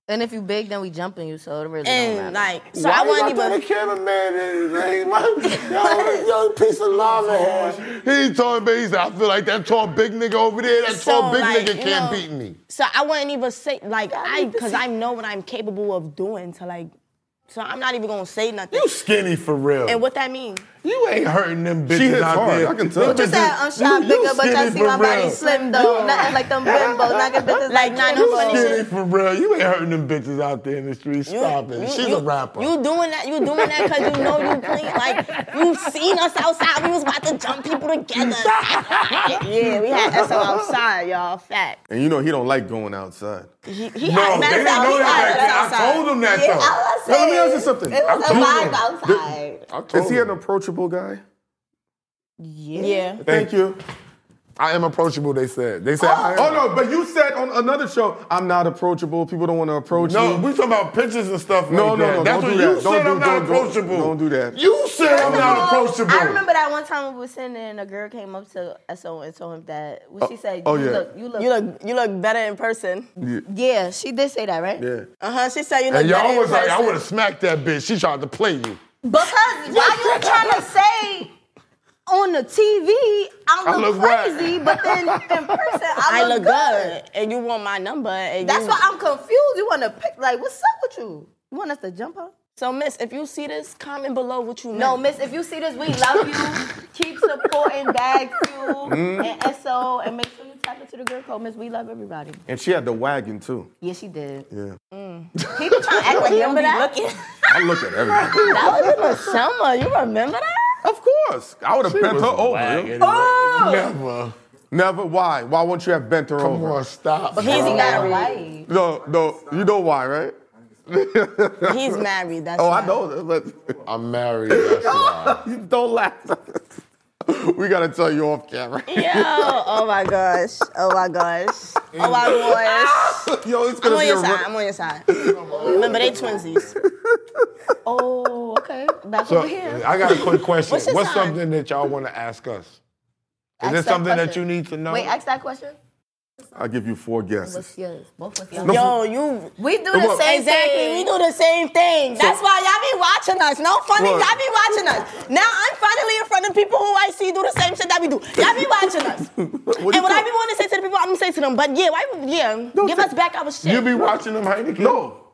S3: And if you big, then we jumping you, so it really
S2: And,
S3: don't matter.
S2: like, so I wouldn't even.
S5: cameraman is like, yo, yo, piece of lava head. Oh, He told me, he said, I feel like that tall big nigga over there, that
S2: So,
S5: tall big
S2: like,
S5: nigga
S2: you
S5: can't
S2: know,
S5: beat me.
S2: So I wouldn't even say, like, I, because I know what I'm capable of doing to, like, so I'm not even gonna say nothing.
S5: You skinny for real.
S2: And what that means?
S5: You ain't hurting them bitches
S4: She hits
S5: out
S4: hard,
S5: there.
S4: I can tell.
S5: Them
S4: You
S3: Just that I'm
S5: bitches-
S3: shot
S5: you- you
S3: bigger, but y'all
S5: skinny
S3: see
S5: for
S3: my body
S5: real.
S3: slim though. Nothing like them bimbo. Nothing bitches like nine
S5: You
S3: oh funny
S5: skinny
S3: shit.
S5: for real. You ain't hurting them bitches out there in the street. Stop it. She's a rapper.
S2: You doing that? You doing that because you know you playing. Like you seen us outside. We was about to jump people together. yeah, we had SO
S3: Ah,
S2: outside, y'all. Fact.
S4: And you know he don't like going outside.
S2: He, he
S5: no,
S2: had
S5: they
S2: matter
S5: didn't
S2: of fact,
S5: know
S2: he
S5: that.
S2: had us
S5: back then. I
S2: outside.
S5: told them that
S3: Yeah,
S5: though.
S3: I was
S4: Now, let me
S3: saying,
S4: ask you something.
S3: It was
S5: I
S3: a
S5: told
S3: vibe
S5: them.
S3: outside.
S5: I told
S4: Is he an
S5: them.
S4: approachable guy?
S2: Yeah.
S4: Thank you.
S5: I am approachable. They said. They said. I am.
S4: Oh no, but you said on another show, I'm not approachable. People don't want to approach
S5: No,
S4: me.
S5: we talking about pictures and stuff.
S4: No,
S5: like
S4: no,
S5: that.
S4: no,
S5: That's
S4: don't
S5: what
S4: do
S5: you
S4: that.
S5: said.
S4: Don't do-
S5: I'm not
S4: don't- don't-
S5: approachable.
S4: don't do that.
S5: You said I'm not approachable.
S3: I remember that one time we were sitting there and a girl came up to SO and told him that. Well, she said,
S4: oh,
S3: you,
S4: yeah.
S3: look, you look,
S2: You look, you look better in person.
S3: Yeah, she did say that, right?
S4: Yeah.
S2: Uh huh. She said you look
S5: And
S2: better
S5: y'all was
S2: in
S5: like,
S2: person.
S5: I would have smacked that bitch. She tried to play you.
S3: Because why you trying to say on the TV I
S5: I
S3: look,
S5: look whack.
S3: crazy, but then in person I
S2: I
S3: look,
S2: look
S3: good.
S2: good, and you want my number. And
S3: That's
S2: you,
S3: why I'm confused. You want to pick like what's up with you? You want us to jump her?
S2: So, Miss, if you see this, comment below what you
S3: No,
S2: meant.
S3: miss, if you see this, we love you. Keep supporting Bag Fuel
S5: Mm-hmm.
S3: and SO and make sure you tap into the girl code, miss. We love everybody.
S4: And she had the wagon too.
S3: Yeah, she did. Mm.
S4: Yeah.
S3: People trying to act like they don't
S2: Remember
S3: be
S2: that?
S3: looking.
S4: I look at everything.
S2: That was in the summer. You remember that?
S4: of course. I would have bent her over.
S3: Oh!
S5: Never.
S4: Never. Why? Why wouldn't you have bent her
S5: Come
S4: over?
S5: on, stop.
S2: He's
S5: bro.
S3: Got a
S2: married.
S3: wife.
S4: No, no. You know why, right?
S2: He's married. That's
S4: Oh,
S2: why.
S4: I know, that, but
S5: I'm married. That's why.
S4: you don't laugh. we gotta tell you off camera.
S2: Yo, oh my gosh. Oh my gosh. Oh my gosh.
S4: Yo, it's
S2: I'm
S4: gonna
S2: on
S4: be
S2: your
S4: a
S2: side.
S4: ru-
S2: I'm on your side. Remember, they twinsies.
S3: Oh, okay. Back
S5: So
S3: over here.
S5: I got a quick question.
S2: What's
S5: What's,
S2: your sign?
S5: something that y'all want to ask us? Is
S3: Ask
S5: there
S3: that
S5: something that you
S3: question.
S5: need to know?
S3: Wait, ask that question.
S4: I'll give you four guesses.
S3: What's yours? Both what's yours?
S2: Yo, you.
S3: We do the
S4: Look,
S3: same
S2: Exactly. We
S3: thing.
S2: do the same thing. That's why y'all be watching us. No funny.
S4: Look.
S2: Y'all be watching us. Now I'm finally in front of people who I see do the same shit that we do. Y'all be watching us.
S4: What do you
S2: and what I
S4: call-
S2: be wanting to say to the people, I'm gonna say to them. But yeah, why? Yeah, give
S4: take-
S2: us back our shit.
S5: You be watching them Heineken?
S4: No.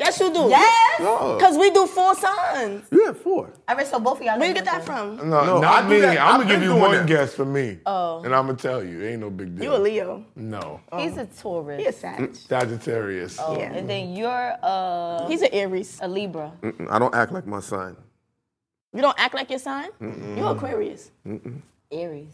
S2: yes, you do.
S3: Yes.
S4: No.
S2: Cause we do four sons.
S4: You had four.
S3: All right, so both of y'all.
S2: Where you get that from?
S5: No,
S4: No, I
S5: not
S4: do
S5: me.
S4: that.
S5: I'm
S4: I've
S5: gonna give
S4: been
S5: you
S4: doing
S5: one
S4: that.
S5: guess for me. Oh. And I'm gonna tell you, ain't no big deal.
S2: You a Leo.
S5: No,
S3: He's a Taurus.
S2: He a Sag.
S5: Sagittarius.
S2: Yeah.
S3: And then you're uh,
S2: He's an Aries.
S3: a Libra.
S4: Mm, I don't act like my sign.
S2: You don't act like your sign. You Aquarius.
S3: Aries.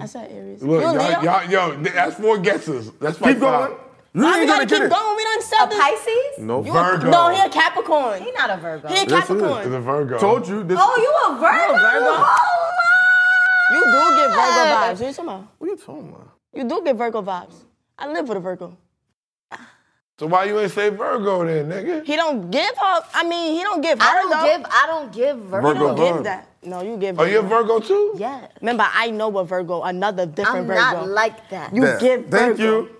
S2: I said Aries.
S5: Look,
S2: you a Leo.
S5: y'all, y'all, yo, that's four guesses. That's like
S4: Keep going.
S5: five.
S4: You
S2: Why we
S4: ain't
S2: gotta
S4: gonna get
S2: keep
S4: it.
S2: going. We done
S3: A
S2: said this.
S3: Pisces?
S4: No.
S2: You a-
S5: Virgo.
S2: No, he a Capricorn.
S3: He not a Virgo.
S2: He a
S4: Yes, he is.
S5: It's
S2: Capricorn.
S5: a Virgo.
S4: Told you this.
S3: oh, you a Virgo?
S2: Virgo.
S3: Oh,
S2: You do get Virgo vibes. What you talking about?
S4: What are you talking about?
S2: You do get Virgo vibes. I live with a Virgo.
S5: So why you ain't say Virgo then, nigga?
S2: He don't give up. I mean, he don't give Virgo.
S3: I don't give. I don't give Virgo.
S4: Virgo
S2: You don't
S4: Virgo.
S2: give that. No, you give.
S5: Are you a
S2: Virgo.
S5: Virgo too?
S3: Yes.
S2: Remember, I know a Virgo, another different
S3: I'm
S2: Virgo.
S3: not like that.
S2: You
S4: There.
S2: give
S4: Thank
S2: Virgo.
S4: you.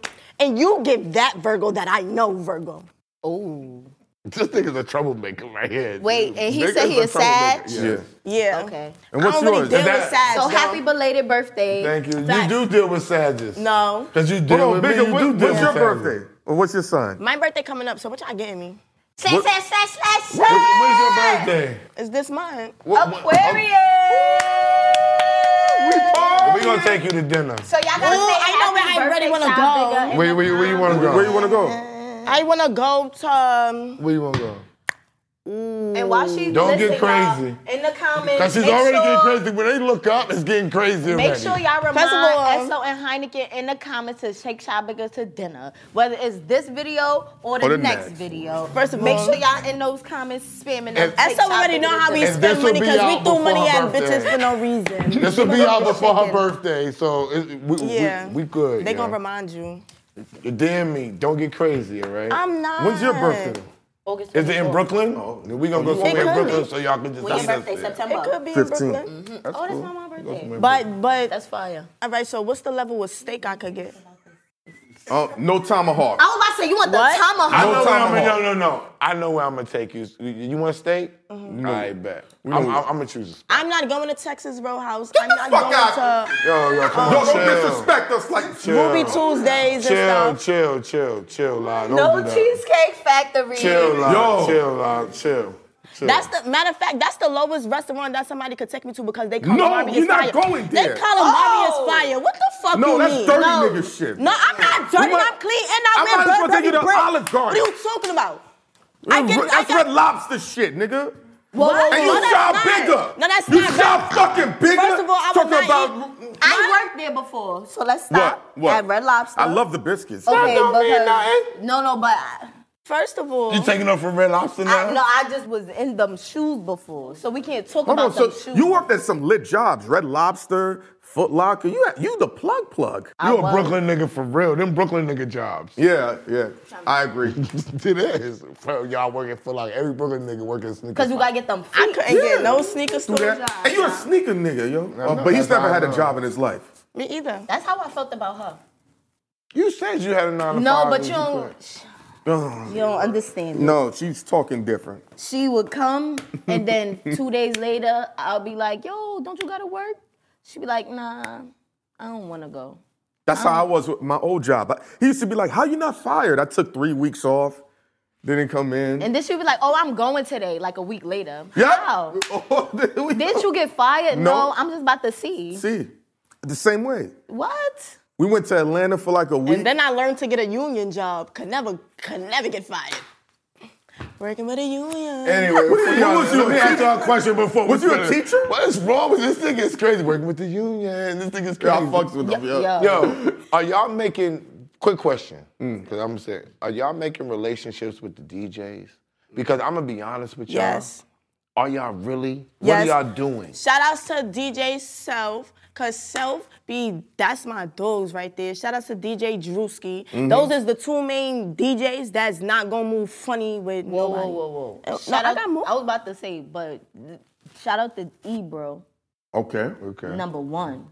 S2: And you give that Virgo that I know Virgo.
S3: Oh.
S5: This nigga's a troublemaker right here.
S3: Wait, and he
S5: Nigga's
S3: said he
S5: a
S3: is Sag?
S5: troublemaker.
S4: Yeah.
S5: Yeah.
S2: Yeah.
S3: Okay.
S4: And what's
S2: I don't
S4: yours?
S2: really deal
S5: That-
S2: with Sag.
S3: So
S2: though.
S3: happy belated birthday.
S5: Thank you.
S2: Facts.
S5: You do deal with Sages.
S2: No.
S5: Cause you
S4: Hold
S5: deal
S4: on,
S5: with me.
S4: bigger.
S5: You do
S4: What,
S5: deal with
S4: what's your
S5: Sagittarius.
S4: birthday? Or what's your sign?
S2: My birthday coming up, so what y'all getting me?
S3: Slash, slash, slash, slash,
S5: When's when's your
S3: slash.
S5: birthday?
S2: Is this mine?
S5: What- what-
S3: Aquarius.
S5: We gonna take you to dinner.
S3: So y'all gotta
S2: Ooh,
S3: say
S2: I know where
S3: happy
S2: I really
S3: birthday,
S2: wanna
S3: child
S2: go.
S3: bigger in
S5: Where,
S3: the
S5: where, where you
S3: palm.
S5: wanna go?
S4: Where you wanna go?
S2: I wanna go to. Um,
S5: Where you wanna go?
S3: And while she
S5: Don't get
S3: listen, y'all,
S5: crazy.
S3: in the comments,
S5: Cause she's
S3: make
S5: already
S3: sure,
S5: getting crazy. When they look up, it's getting crazy
S3: Make
S5: already.
S3: sure y'all remind
S2: First of all-
S3: Esso and Heineken in the comments to take Shabiga to dinner, whether it's this video or the,
S4: Or the
S3: next,
S4: next.
S3: video.
S2: First of
S3: make
S2: all-
S3: sure y'all in those comments spamming them.
S5: And-
S3: take
S2: Esso already
S3: Shabiga
S2: know
S3: to
S2: how we
S3: dinner.
S5: And this
S2: spend
S5: will
S2: money
S5: be
S2: because
S5: out
S2: we threw
S5: before
S2: money
S5: her
S2: at bitches
S5: birthday.
S2: for no reason.
S5: This will be out before her
S3: Chicken.
S5: birthday, so it, we,
S2: Yeah.
S5: we, we good.
S2: They
S5: yeah.
S2: gonna remind you.
S5: Damn me, don't get crazy, all right?
S2: I'm not.
S4: When's your birthday?
S3: August
S5: Is it in
S3: 24th.
S5: Brooklyn? Oh, we gonna go
S4: It
S5: somewhere in
S2: could
S5: Brooklyn
S2: be.
S5: so y'all can just
S3: When your
S5: eat us
S3: birthday,
S5: there.
S2: It
S3: September.
S2: could be in
S4: 15.
S2: Brooklyn.
S5: Mm-hmm.
S3: oh, that's not my birthday.
S2: But but
S3: That's fire.
S2: all right. So what's the level of steak I could get?
S4: Oh, no tomahawk.
S3: I was about to say you want
S2: What?
S3: the tomahawk.
S5: I know where I'm
S4: tomahawk.
S5: gonna, no, no, no. I know where I'm gonna take you. You, you want steak?
S2: Mm-hmm.
S5: I bet. I'm, I'm, I'm gonna choose. a spot.
S2: I'm not going to Texas Roadhouse. I'm
S4: the
S2: not
S4: fuck
S2: going
S4: out.
S2: to
S5: Yo, yo, come
S4: Yo,
S5: on,
S4: don't
S5: chill.
S4: disrespect us like
S2: Ruby Tuesdays and
S5: Chill,
S2: stuff.
S5: chill, chill, chill, chill, chill,
S3: No Cheesecake Factory.
S5: Chill,
S4: Yo.
S5: out, chill, out, chill.
S2: That's the matter of fact. That's the lowest restaurant that somebody could take me to because they call
S5: No,
S2: Mari
S5: you're
S2: is
S5: not
S2: fire.
S5: going there.
S2: They call him
S3: Oh.
S2: Mari is fire. What the fuck
S5: No,
S2: you
S5: that's
S2: mean?
S5: dirty
S2: no.
S5: nigga shit.
S2: No, I'm not
S5: You
S2: dirty.
S5: might-
S2: I'm clean and
S5: I
S2: I'm
S5: might as well take you to
S2: bread.
S5: Olive Garden.
S2: What are you talking about? I get, I
S5: That's
S2: get,
S5: red lobster shit, nigga.
S2: Whoa, whoa,
S5: And
S2: whoa,
S5: you
S2: no,
S5: shot
S2: that's not.
S5: bigger.
S2: No, that's
S5: you
S2: not.
S5: You shot fucking bigger.
S2: First of all, I would
S5: Talking
S2: not
S5: about
S2: eat-
S3: I worked there before, so let's stop
S5: What? What?
S3: at Red Lobster.
S4: I love the biscuits.
S5: Stop doing me
S3: because-
S5: nothing.
S3: no, no, but I,
S2: First of all,
S5: you taking off from Red Lobster now.
S3: I, no, I just was in them shoes before, so we can't talk
S4: Hold
S3: about
S4: on, so
S3: them shoes.
S4: you worked at some lit jobs, Red Lobster, Foot Locker. You you the plug plug.
S5: You a
S3: was.
S5: Brooklyn nigga for real? Them Brooklyn nigga jobs.
S4: Yeah, yeah, I agree.
S5: it is. Bro, y'all working for like every Brooklyn nigga working sneakers.
S3: because you gotta get them
S2: I
S3: feet.
S2: couldn't get no sneaker
S4: Do
S2: store job.
S4: that. And you a sneaker nigga, yo. Uh,
S5: know,
S4: but he's
S5: that's
S4: never
S5: how I
S4: had a
S5: know.
S4: job in his life.
S2: Me either.
S3: That's how I felt about her.
S5: You said you had a nine to
S3: No,
S5: five
S3: but
S5: and
S3: you don't.
S5: quit.
S4: Ugh.
S3: You don't understand.
S4: No, she's talking different.
S3: She would come, and then two days later, I'll be like, "Yo, don't you gotta work?" She'd be like, "Nah, I don't want to go."
S4: That's how I was with my old job. I, he used to be like, "How you not fired?" I took three weeks off, didn't come in.
S3: And then she'd be like, "Oh, I'm going today." Like a week later. How?
S4: Oh, there we
S3: Didn't
S4: go.
S3: you get fired?
S4: No.
S3: I'm just about to see.
S4: See, the same way.
S3: What?
S4: We went to Atlanta for like a week.
S2: And then I learned to get a union job. Could never, could never get fired. Working with a union.
S5: Anyway,
S4: What
S5: for
S4: you-
S5: y'all,
S4: what was you
S5: let me
S4: a
S5: ask
S4: teacher?
S5: y'all a question before.
S4: Was
S5: we
S4: you a
S5: finish.
S4: teacher?
S5: What is wrong with this nigga? It's crazy working with the union. This nigga's crazy.
S4: y'all fucked with them.
S3: Yo-
S4: Yo.
S3: yo.
S5: Yo, are y'all making? Quick question,
S4: Mm.
S5: because I'm saying, are y'all making relationships with the DJs? Because I'm gonna be honest with y'all.
S2: Yes.
S5: Are y'all really?
S2: Yes.
S5: What are y'all doing?
S2: Shout outs to DJ Self, cause Self be that's my dogs right there. Shout outs to DJ Drewski. Those is the two main DJs that's not gonna move funny with
S3: Whoa,
S2: nobody.
S3: whoa, whoa, whoa!
S2: Oh, no,
S3: Shout
S2: I
S3: out-
S2: got more.
S3: I was about to say, but th- shout out to E, bro.
S4: Okay.
S5: Okay.
S3: number one.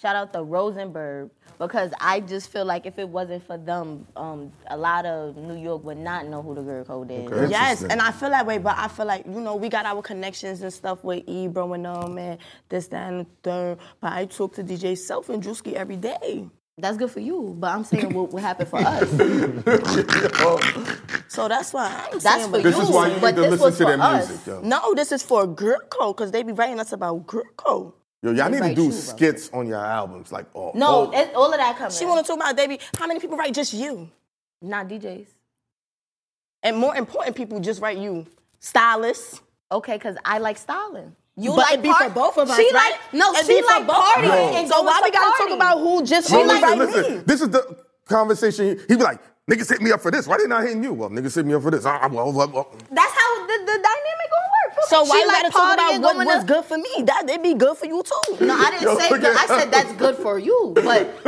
S3: Shout out to Rosenberg because I just feel like if it wasn't for them, um, a lot of New York would not know who the girl code is.
S4: Okay.
S2: Yes,
S4: Interesting.
S2: and I feel that way, but I feel like, you know, we got our connections and stuff with Ebro and um and this, that, and the third. But I talk to DJ Self and Drewski every day.
S3: That's good for you, but I'm saying what what happened for us.
S2: So that's why I'm
S3: That's
S2: saying,
S3: for
S2: but
S4: This
S3: you.
S4: is why you
S3: but
S4: need
S3: this
S4: to listen
S3: was
S4: to
S3: for
S4: their
S3: us.
S4: music, yo.
S2: No, this is for girl code, cause they be writing us about girl code.
S4: Yo, y'all need to
S3: Right,
S4: do
S3: true, bro.
S4: skits on your albums, like all.
S3: No,
S4: all-
S3: it, all of that comes.
S2: She wanna talk about they be how many people write just you?
S3: not DJs.
S2: And more important people just write you. Stylists.
S3: Okay, because I like styling. You
S2: but
S3: like
S2: it be for
S3: part-
S2: both of us,
S3: She
S2: right?
S3: like no,
S2: It
S3: she
S2: be for
S3: like
S2: both of
S3: partying.
S2: us.
S3: And
S2: so
S3: going
S2: why
S3: to
S2: we gotta
S3: party.
S2: talk about who just
S4: Bro,
S2: she like
S4: listen,
S2: me?
S4: listen. This is the conversation. He be like, niggas hit me up for this. Why they not hitting you? Well, niggas hit me up for this. Ah, well, well, well.
S3: That's how the, the dynamic gonna work.
S2: So why
S3: she
S2: you gotta
S3: like
S2: talk
S3: partying,
S2: about what
S3: going
S2: was
S3: to-
S2: good for me? That it'd be good for you too.
S3: No, I didn't
S4: Yo,
S3: say
S4: look
S3: that. I
S4: at-
S3: said that's good for you, but if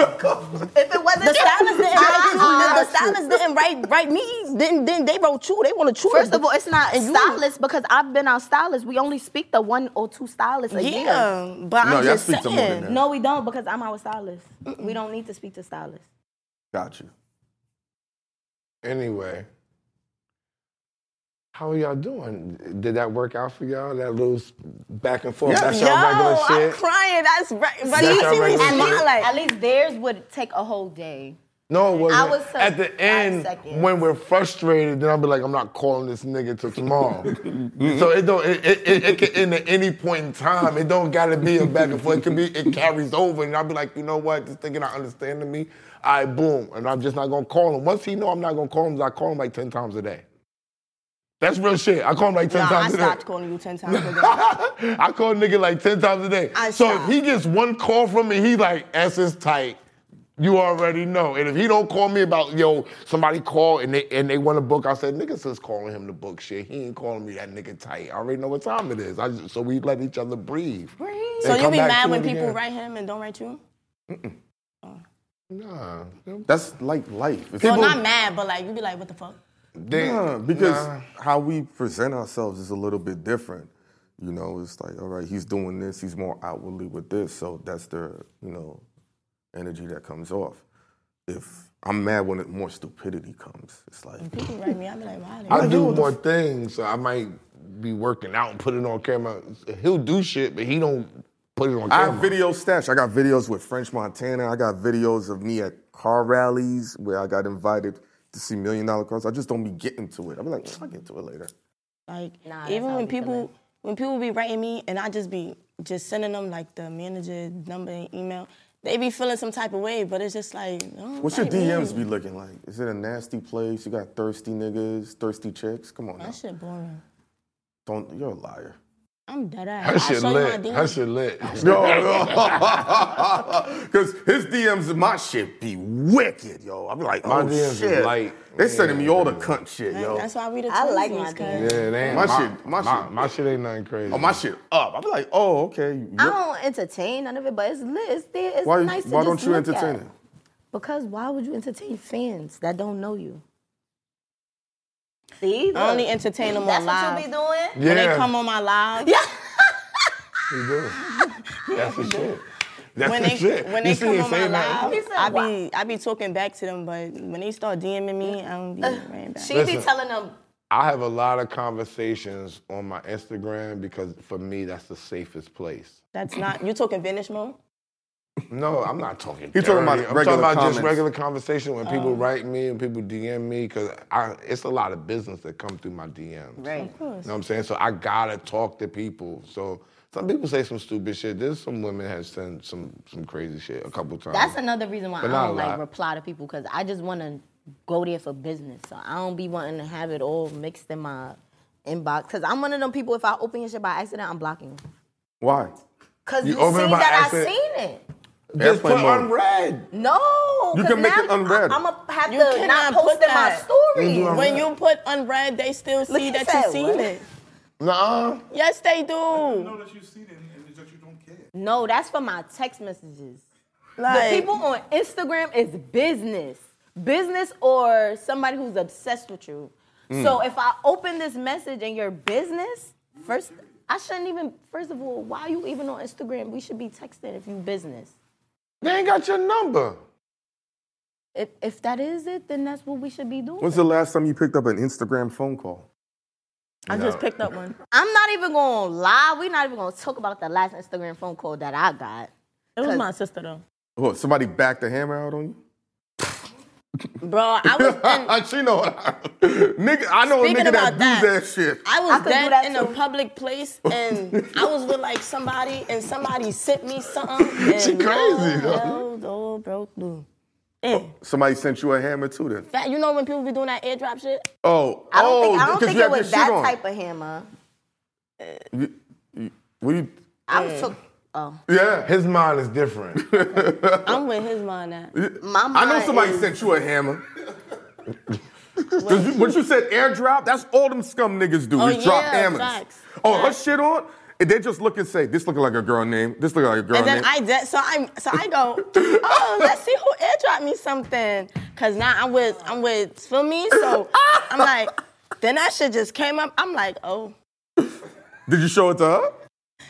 S3: it wasn't
S2: The stylist didn't write you.
S3: Uh-uh.
S2: The, the stylist didn't write write me. Then then they wrote you. They want to choose.
S3: First of all, it's not
S2: And you-
S3: stylist because I've been our stylist. We only speak to one or two stylists a year.
S2: yeah, but
S4: No,
S2: I'm
S4: y'all
S2: just
S4: speak to more than
S2: saying.
S4: that.
S3: No, we don't because I'm our stylist. We don't need to speak to stylists.
S4: Got you.
S5: Anyway, how are y'all doing? Did that work out for y'all? That little s- back and forth?
S4: Yeah.
S5: That's
S2: Yo,
S5: y'all regular
S2: I'm
S5: shit?
S2: crying. That's right. But
S5: That's
S2: you
S5: y'all
S2: see me
S5: regular shit.
S2: smile
S3: At
S2: like.
S3: least theirs would take a whole day.
S5: no, it wasn't.
S3: I was so-
S5: At the
S3: five
S5: end,
S3: seconds.
S5: when we're frustrated, then I'll be like, I'm not calling this nigga till tomorrow. so it don't. It, it, it, it can end at any point in time. It don't gotta be a back and forth. It can be. It carries over, and I'll be like, you know what? This nigga not understanding me. I boom, and I'm just not gonna call him. Once he know I'm not gonna call him, I call him like ten times a day. That's real shit. I call him like ten
S2: Nah, I
S5: times a day.
S2: stopped calling you ten times a day.
S5: I call a nigga like 10 times a day.
S2: I
S5: so
S2: stop.
S5: if he gets one call from me, he like, S is tight. You already know. And if he don't call me about, yo, somebody call and they and they want to book, I said, niggas is calling him to book shit. He ain't calling me that nigga tight. I already know what time it is. I just, so we let each other breathe.
S3: Breathe.
S2: So
S5: And
S2: you
S5: come
S2: be
S5: back
S2: mad
S5: to
S2: when
S5: it
S2: people
S5: again.
S2: write him and don't write you?
S5: Nah.
S4: That's like life. It's
S2: Well,
S5: People-
S2: not mad, but like you be like, what the fuck?
S5: They-
S4: Yeah, because
S5: nah.
S4: how we present ourselves is a little bit different. You know, it's like, all right, he's doing this, he's more outwardly with this, so that's their, you know, energy that comes off. If I'm mad when it, more stupidity comes, it's like,
S2: People write me. I be like, why?
S5: I do
S4: what the
S5: more things. So I might be working out and put it on camera. He'll do shit, but he don't put it on
S4: I
S5: camera.
S4: have video stash. I got videos with French Montana. I got videos of me at car rallies where I got invited to see million dollar cars. I just don't be getting to it. I'm like, I'll get to it later.
S2: Like
S3: Nah, that's
S2: even
S3: how
S2: when
S3: we
S2: people
S3: feeling.
S2: when people be writing me and I just be just sending them like the manager number and email, they be feeling some type of way. But it's just like oh,
S4: What's your
S2: write me.
S4: DMs be looking like? Is it a nasty place? You got thirsty niggas, thirsty chicks? Come on now.
S2: That shit boring.
S4: Don't you're a liar.
S2: I'm dead ass.
S5: That
S2: I'll
S5: shit
S2: show you my
S5: lit.
S2: DMs.
S5: That shit lit.
S4: No, no. Because his DMs and my shit be wicked, yo. I be like,
S5: My
S4: oh
S5: DMs is
S4: shit.
S5: light.
S4: They sending me all the
S5: Yeah.
S4: cunt shit, yo.
S2: That's why we the
S3: I like my
S2: twinsies,
S5: Yeah,
S2: cuz.
S5: it ain't
S4: My shit- my shit-
S5: my shit ain't nothing crazy.
S4: Oh, my shit up. I be like, oh, okay. you-
S3: I don't entertain none of it, but it's lit. It's there. It's
S4: why
S3: nice to
S4: why
S3: just
S4: don't you
S3: look
S4: entertain
S3: at.
S4: it?
S3: Because why would you entertain fans that don't know you? See,
S2: I only
S3: look,
S2: entertain them
S3: that's
S2: on
S3: what
S2: live.
S3: you be doing.
S2: When
S5: Yeah.
S2: they come on my live,
S5: You do. That's the shit. That's
S2: when
S5: the
S2: they
S5: shit.
S2: when
S5: You
S2: they
S5: see
S2: come
S5: it
S2: on my
S5: saying that.
S2: live,
S3: He said,
S2: I be I be talking back to them, but when they start DMing me, I don't be right back.
S3: Uh, She
S5: Listen.
S3: be telling them
S5: I have a lot of conversations on my Instagram because for me that's the safest place.
S2: That's not you talking vintage mode.
S5: No, I'm not talking.
S4: You're talking about
S5: dirty. I'm
S4: regular
S5: talking about
S4: comments.
S5: just regular conversation when
S2: Oh.
S5: people write me and people DM me because it's a lot of business that come through my DMs.
S3: right.
S5: You know what I'm saying? So I gotta talk to people. So some people say some stupid shit. There's some women have sent some some crazy shit a couple times.
S3: That's another reason why
S5: But
S3: I
S5: not
S3: don't
S5: a
S3: like
S5: lot.
S3: reply to people because I just want to go there for business. So I don't be wanting to have it all mixed in my inbox because I'm one of them people. If I open your shit by accident, I'm blocking you.
S4: Why?
S3: Cause
S5: You
S3: you,
S5: open it
S3: seen
S5: by
S3: that
S5: accident?
S3: I seen it.
S5: Just put
S4: Airplane mode.
S5: unread.
S3: No,
S4: You
S3: 'cause
S4: can make
S3: now
S4: it unread.
S3: I'm gonna have
S2: You
S3: to not
S2: cannot
S3: post
S2: put
S3: in my
S2: that.
S3: story.
S5: You do
S2: When you put unread, they still see
S3: he
S2: that
S3: said,
S2: you seen
S3: what?
S2: it.
S5: Nuh-uh.
S2: Yes, they
S1: You know
S2: do.
S1: that you see them and it's that you don't care.
S3: No, that's for my text messages.
S2: Like
S3: the people on Instagram is business. Business or somebody who's obsessed with you.
S4: Hmm.
S3: So if I open this message and your business, first I shouldn't even first of all, why are you even on Instagram? We should be texting if you business.
S5: They ain't got your number.
S3: If, if that is it, then that's what we should be doing.
S4: When's the last time you picked up an Instagram phone call?
S2: I just picked up one.
S3: I'm not even gonna lie, we're not even gonna talk about the last Instagram phone call that I got.
S2: It was my sister though.
S4: What, Oh, somebody backed the hammer out on you?
S2: Bro, I was in
S3: Mm.
S4: she know what I, nigga, I know a
S2: Speaking
S4: nigga that,
S2: about that,
S4: do that shit.
S2: I
S3: I
S2: was
S3: could do
S2: dead
S3: that
S2: in
S3: too.
S2: a public place and I was with like somebody and somebody sent me something. And
S5: She crazy, though.
S2: Hell, all broke loose. Yeah.
S4: Somebody sent you a hammer too then.
S2: That, you know when people be doing that airdrop shit?
S4: Oh,
S3: I don't
S4: oh,
S3: think I don't
S4: because
S3: think
S4: you
S3: it
S4: have your
S3: was
S4: shit
S3: that
S4: on.
S3: type of hammer.
S4: You, you, what you,
S3: I was took oh
S4: yeah.
S5: His mind is different.
S2: I'm with his mind now.
S3: my
S4: I know
S3: mind
S4: somebody
S3: is-
S4: sent you a hammer. 'Cause you- what you said, airdrop, that's all them scum niggas do.
S2: Oh,
S4: you drop
S2: yeah,
S4: hammers.
S2: facts.
S4: Oh, her shit on? And they just look and say, this looking like a girl name. This looking like a girl
S2: And then
S4: name.
S2: I did, so I so I go, oh, let's see who airdropped me something, cause now I'm with I'm with feel me, so I'm like, then that shit just came up. I'm like, oh,
S4: Did you show it to her?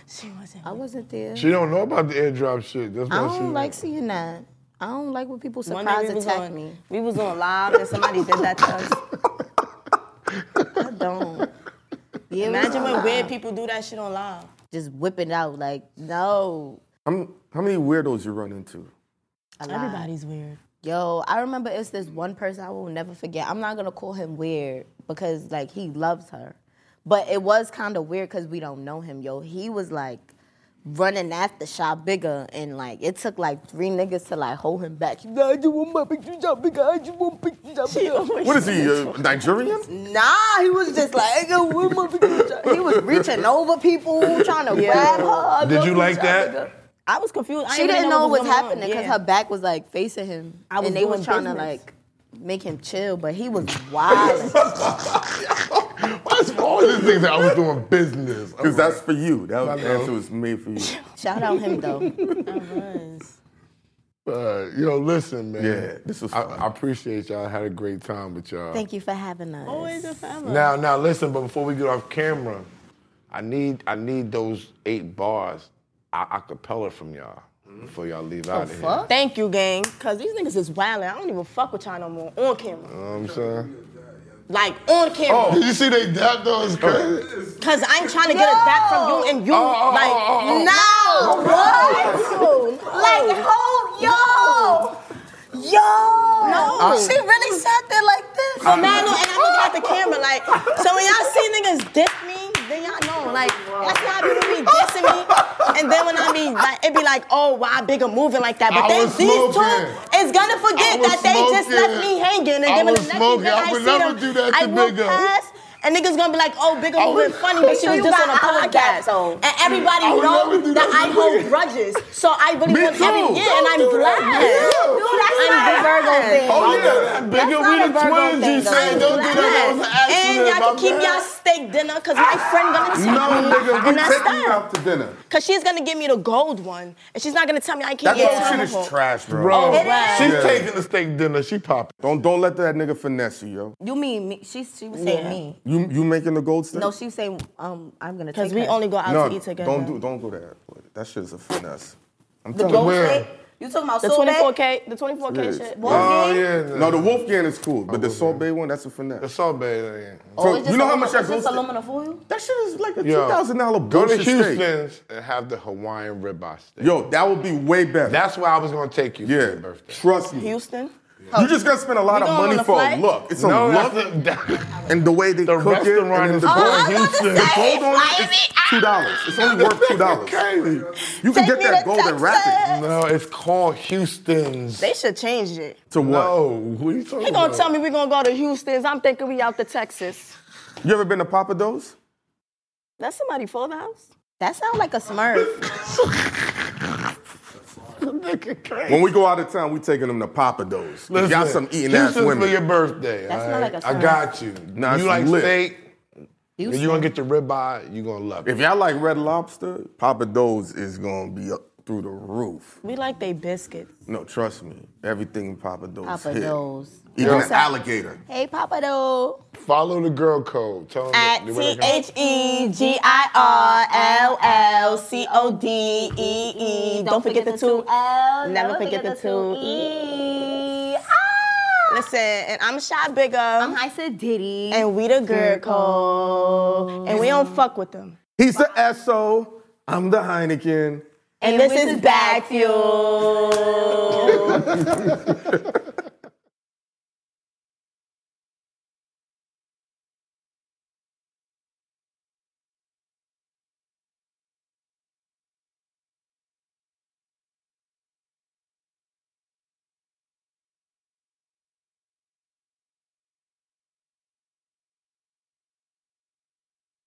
S2: she wasn't.
S3: I wasn't there.
S5: she don't know about the airdrop shit. That's
S3: I
S5: why she
S3: don't like seeing that. I don't like when people
S2: One day
S3: surprise
S2: we was
S3: attack
S2: on,
S3: me.
S2: We was on live and somebody did that to us.
S3: I don't. Yeah,
S2: Imagine when weird people do that shit on live.
S3: just whip it out like no.
S4: I'm, how many weirdos you run into?
S3: a lot.
S2: Everybody's weird.
S3: Yo, I remember it's this one person I will never forget. I'm not gonna call him weird because like he loves her, but it was kind of weird because we don't know him. Yo, he was like running after shot bigger and like it took like three niggas to like hold him back. He was like, I just want my picture shot bigger. I just want picture shot bigger.
S4: What is he, uh, Nigerian?
S3: Nah, he was just like, "Nigga, where my bitch?" he was reaching over people, trying to grab her.
S5: Did you
S3: Yo,
S5: like
S3: bitch,
S5: that?
S3: nigga.
S2: I was confused. I
S3: She
S2: didn't,
S3: didn't know what was
S2: going on.
S3: happening because
S2: Yeah.
S3: her back was like facing him,
S2: I was
S3: and they was
S2: doing
S3: trying to
S2: business.
S3: like make him chill, but he was wild.
S5: What's all these things that I was doing business?
S4: Because that's for you. That was,
S5: I
S4: the
S5: know.
S4: answer was made for you.
S3: Shout out him though.
S5: Uh, yo, listen, man.
S4: Yeah, this was
S5: I,
S4: fun.
S5: I appreciate y'all. I had a great time with y'all.
S3: Thank you for having us.
S2: Always and forever.
S5: Now, now, listen. But before we get off camera, I need I need those eight bars a acapella from y'all before y'all leave out of here.
S3: fuck.
S2: Thank you, gang, because these niggas is wildin'. I don't even fuck with y'all no more on camera.
S5: You know what I'm saying.
S2: Like, on camera.
S5: Oh, you see they dab those crazy.
S2: Because I ain't trying to get a that from you and you,
S5: oh,
S2: like,
S5: oh, oh,
S2: no.
S3: No, what? like, hold yo,
S2: yo.
S3: No.
S2: She really sat there like this. So Oh, man, no, and I'm looking at the camera like, so when y'all see niggas diss me, then y'all know, like, that's how people be dissing me. And then when I be like, it be like, oh, why bigger moving like that? But
S5: I
S2: then
S5: was
S2: these two
S5: smoking.
S2: is gonna forget
S5: I was
S2: that they just
S5: smoking.
S2: left me hanging and
S5: I
S2: then when
S5: was
S2: the next
S5: smoking.
S2: event
S5: I
S2: I
S5: would
S2: see
S5: never
S2: them,
S5: do that to
S2: I walk
S5: Bigger.
S2: past, and niggas gonna be like, oh, Bigger
S5: I
S2: moving
S5: would-
S2: funny, but she
S3: Sure you
S2: was just on
S3: got
S2: a podcast. Mm.
S3: eyes, though.
S2: And everybody
S5: I would never
S2: knows
S5: do
S2: that
S5: that
S2: I
S5: to
S2: hold
S5: Bigger.
S2: grudges. So I really
S5: Me
S2: want every
S5: too.
S2: year, and I'm
S5: Don't do that.
S2: glad.
S5: Yeah.
S3: Dude, that's
S2: I'm
S3: not a Virgo
S2: glad.
S3: thing.
S5: Oh yeah,
S3: That's
S5: that bigger
S3: not a
S5: we the
S3: Virgo
S5: twins.
S3: thing,
S5: You
S3: though.
S5: saying don't do that? That was an
S2: And
S5: accident.
S2: y'all can
S5: my
S2: keep
S5: bad.
S2: y'all steak dinner because my friend gonna take me.
S5: No, nigga, we
S2: and that's
S5: taking you
S2: that.
S5: out to dinner.
S2: Cause she's gonna give me the gold one, and she's not gonna tell me I can't
S4: That
S2: get
S4: whole shit
S2: Tomahawk.
S4: is trash, bro.
S5: Bro,
S2: it is.
S5: she's
S4: Yeah.
S5: taking the steak dinner. She popping.
S4: Don't don't let that nigga finesse you, yo.
S3: You mean me? She, she was saying
S2: Yeah.
S3: me.
S4: You you making the gold stick?
S3: No, she was saying, um, I'm gonna take
S2: Cause we
S3: her.
S2: only go out
S4: no,
S2: to eat together.
S4: don't do don't go there. That shit is a finesse. I'm
S3: the
S4: telling
S3: gold
S4: you.
S5: Where?
S3: plate. You talking about
S2: the
S3: Soul Bag?
S2: 24k, the 24k
S4: Yeah.
S2: shit.
S4: What?
S5: Oh
S3: Wolfgang?
S5: yeah.
S4: No, the Wolfgang is cool, but the Salt Bay one, that's a finesse.
S5: Oh, The salt bay.
S4: So,
S3: Oh, It's just
S4: you know how
S3: aluminum-
S4: much that
S3: it's
S4: goes?
S3: just aluminum foil?
S4: That shit is like a two
S5: Yo,
S4: thousand dollar
S5: Go to
S4: bullshit steak.
S5: Houston's and have the Hawaiian ribeye steak.
S4: Yo, that would be way better.
S5: That's where I was gonna take you for
S4: yeah,
S5: your birthday.
S4: trust me.
S2: Houston.
S4: You just gotta spend a
S2: We
S4: lot of
S2: going on
S4: money
S2: a
S4: for a
S2: flight?
S4: look. It's
S5: No,
S4: a
S5: that's
S4: look,
S5: the, that,
S4: and the way they
S5: the
S4: cook it,
S5: restaurant
S4: and then
S5: is
S4: the
S5: called
S4: gold,
S5: Houston.
S4: the gold on it is two dollars. It's only worth two dollars.
S5: Crazy.
S4: You can
S2: Take
S4: get
S2: me
S4: that
S2: to
S4: golden wrapping.
S2: Texas.
S5: No, it's called Houston's.
S2: They should change it.
S4: To what?
S5: No, what are you talking
S2: They gonna
S5: about?
S2: tell me we gonna go to Houston's. I'm thinking we out to Texas.
S4: You ever been to Papa Do's?
S2: That's somebody for the house.
S3: That sounds like a smurf.
S5: Nigga, crazy.
S4: When we go out of town, we taking them to Papa Do's. Y'all some eating ass
S5: Houston's
S4: women.
S5: for your birthday.
S3: That's not
S5: alright?
S3: like a
S5: I
S3: sign.
S5: got you.
S4: Nah,
S5: you
S4: it's
S5: like
S4: lit.
S5: steak?
S3: You
S5: You're gonna get the ribeye. You're gonna love it.
S4: if y'all like Red Lobster, Papa Do's is gonna be up through the roof.
S2: We like they biscuits.
S4: No, trust me. Everything Papa Do's
S3: Papa
S4: hit.
S3: Do's.
S4: Even
S5: Yeah.
S4: an alligator.
S3: Hey, Papa Doe.
S5: Follow the girl code. Tell them
S3: At
S5: what- what I
S3: T
S5: got.
S3: H E G I R L L C O D E E. Don't forget the two L.
S2: Never forget the two
S3: E.
S2: Listen, and I'm shy bigger.
S3: I'm Isa Diddy.
S2: and we the girl code, and we don't fuck with them.
S4: He's the SO. I'm the Heineken.
S2: And, this is bag fuel.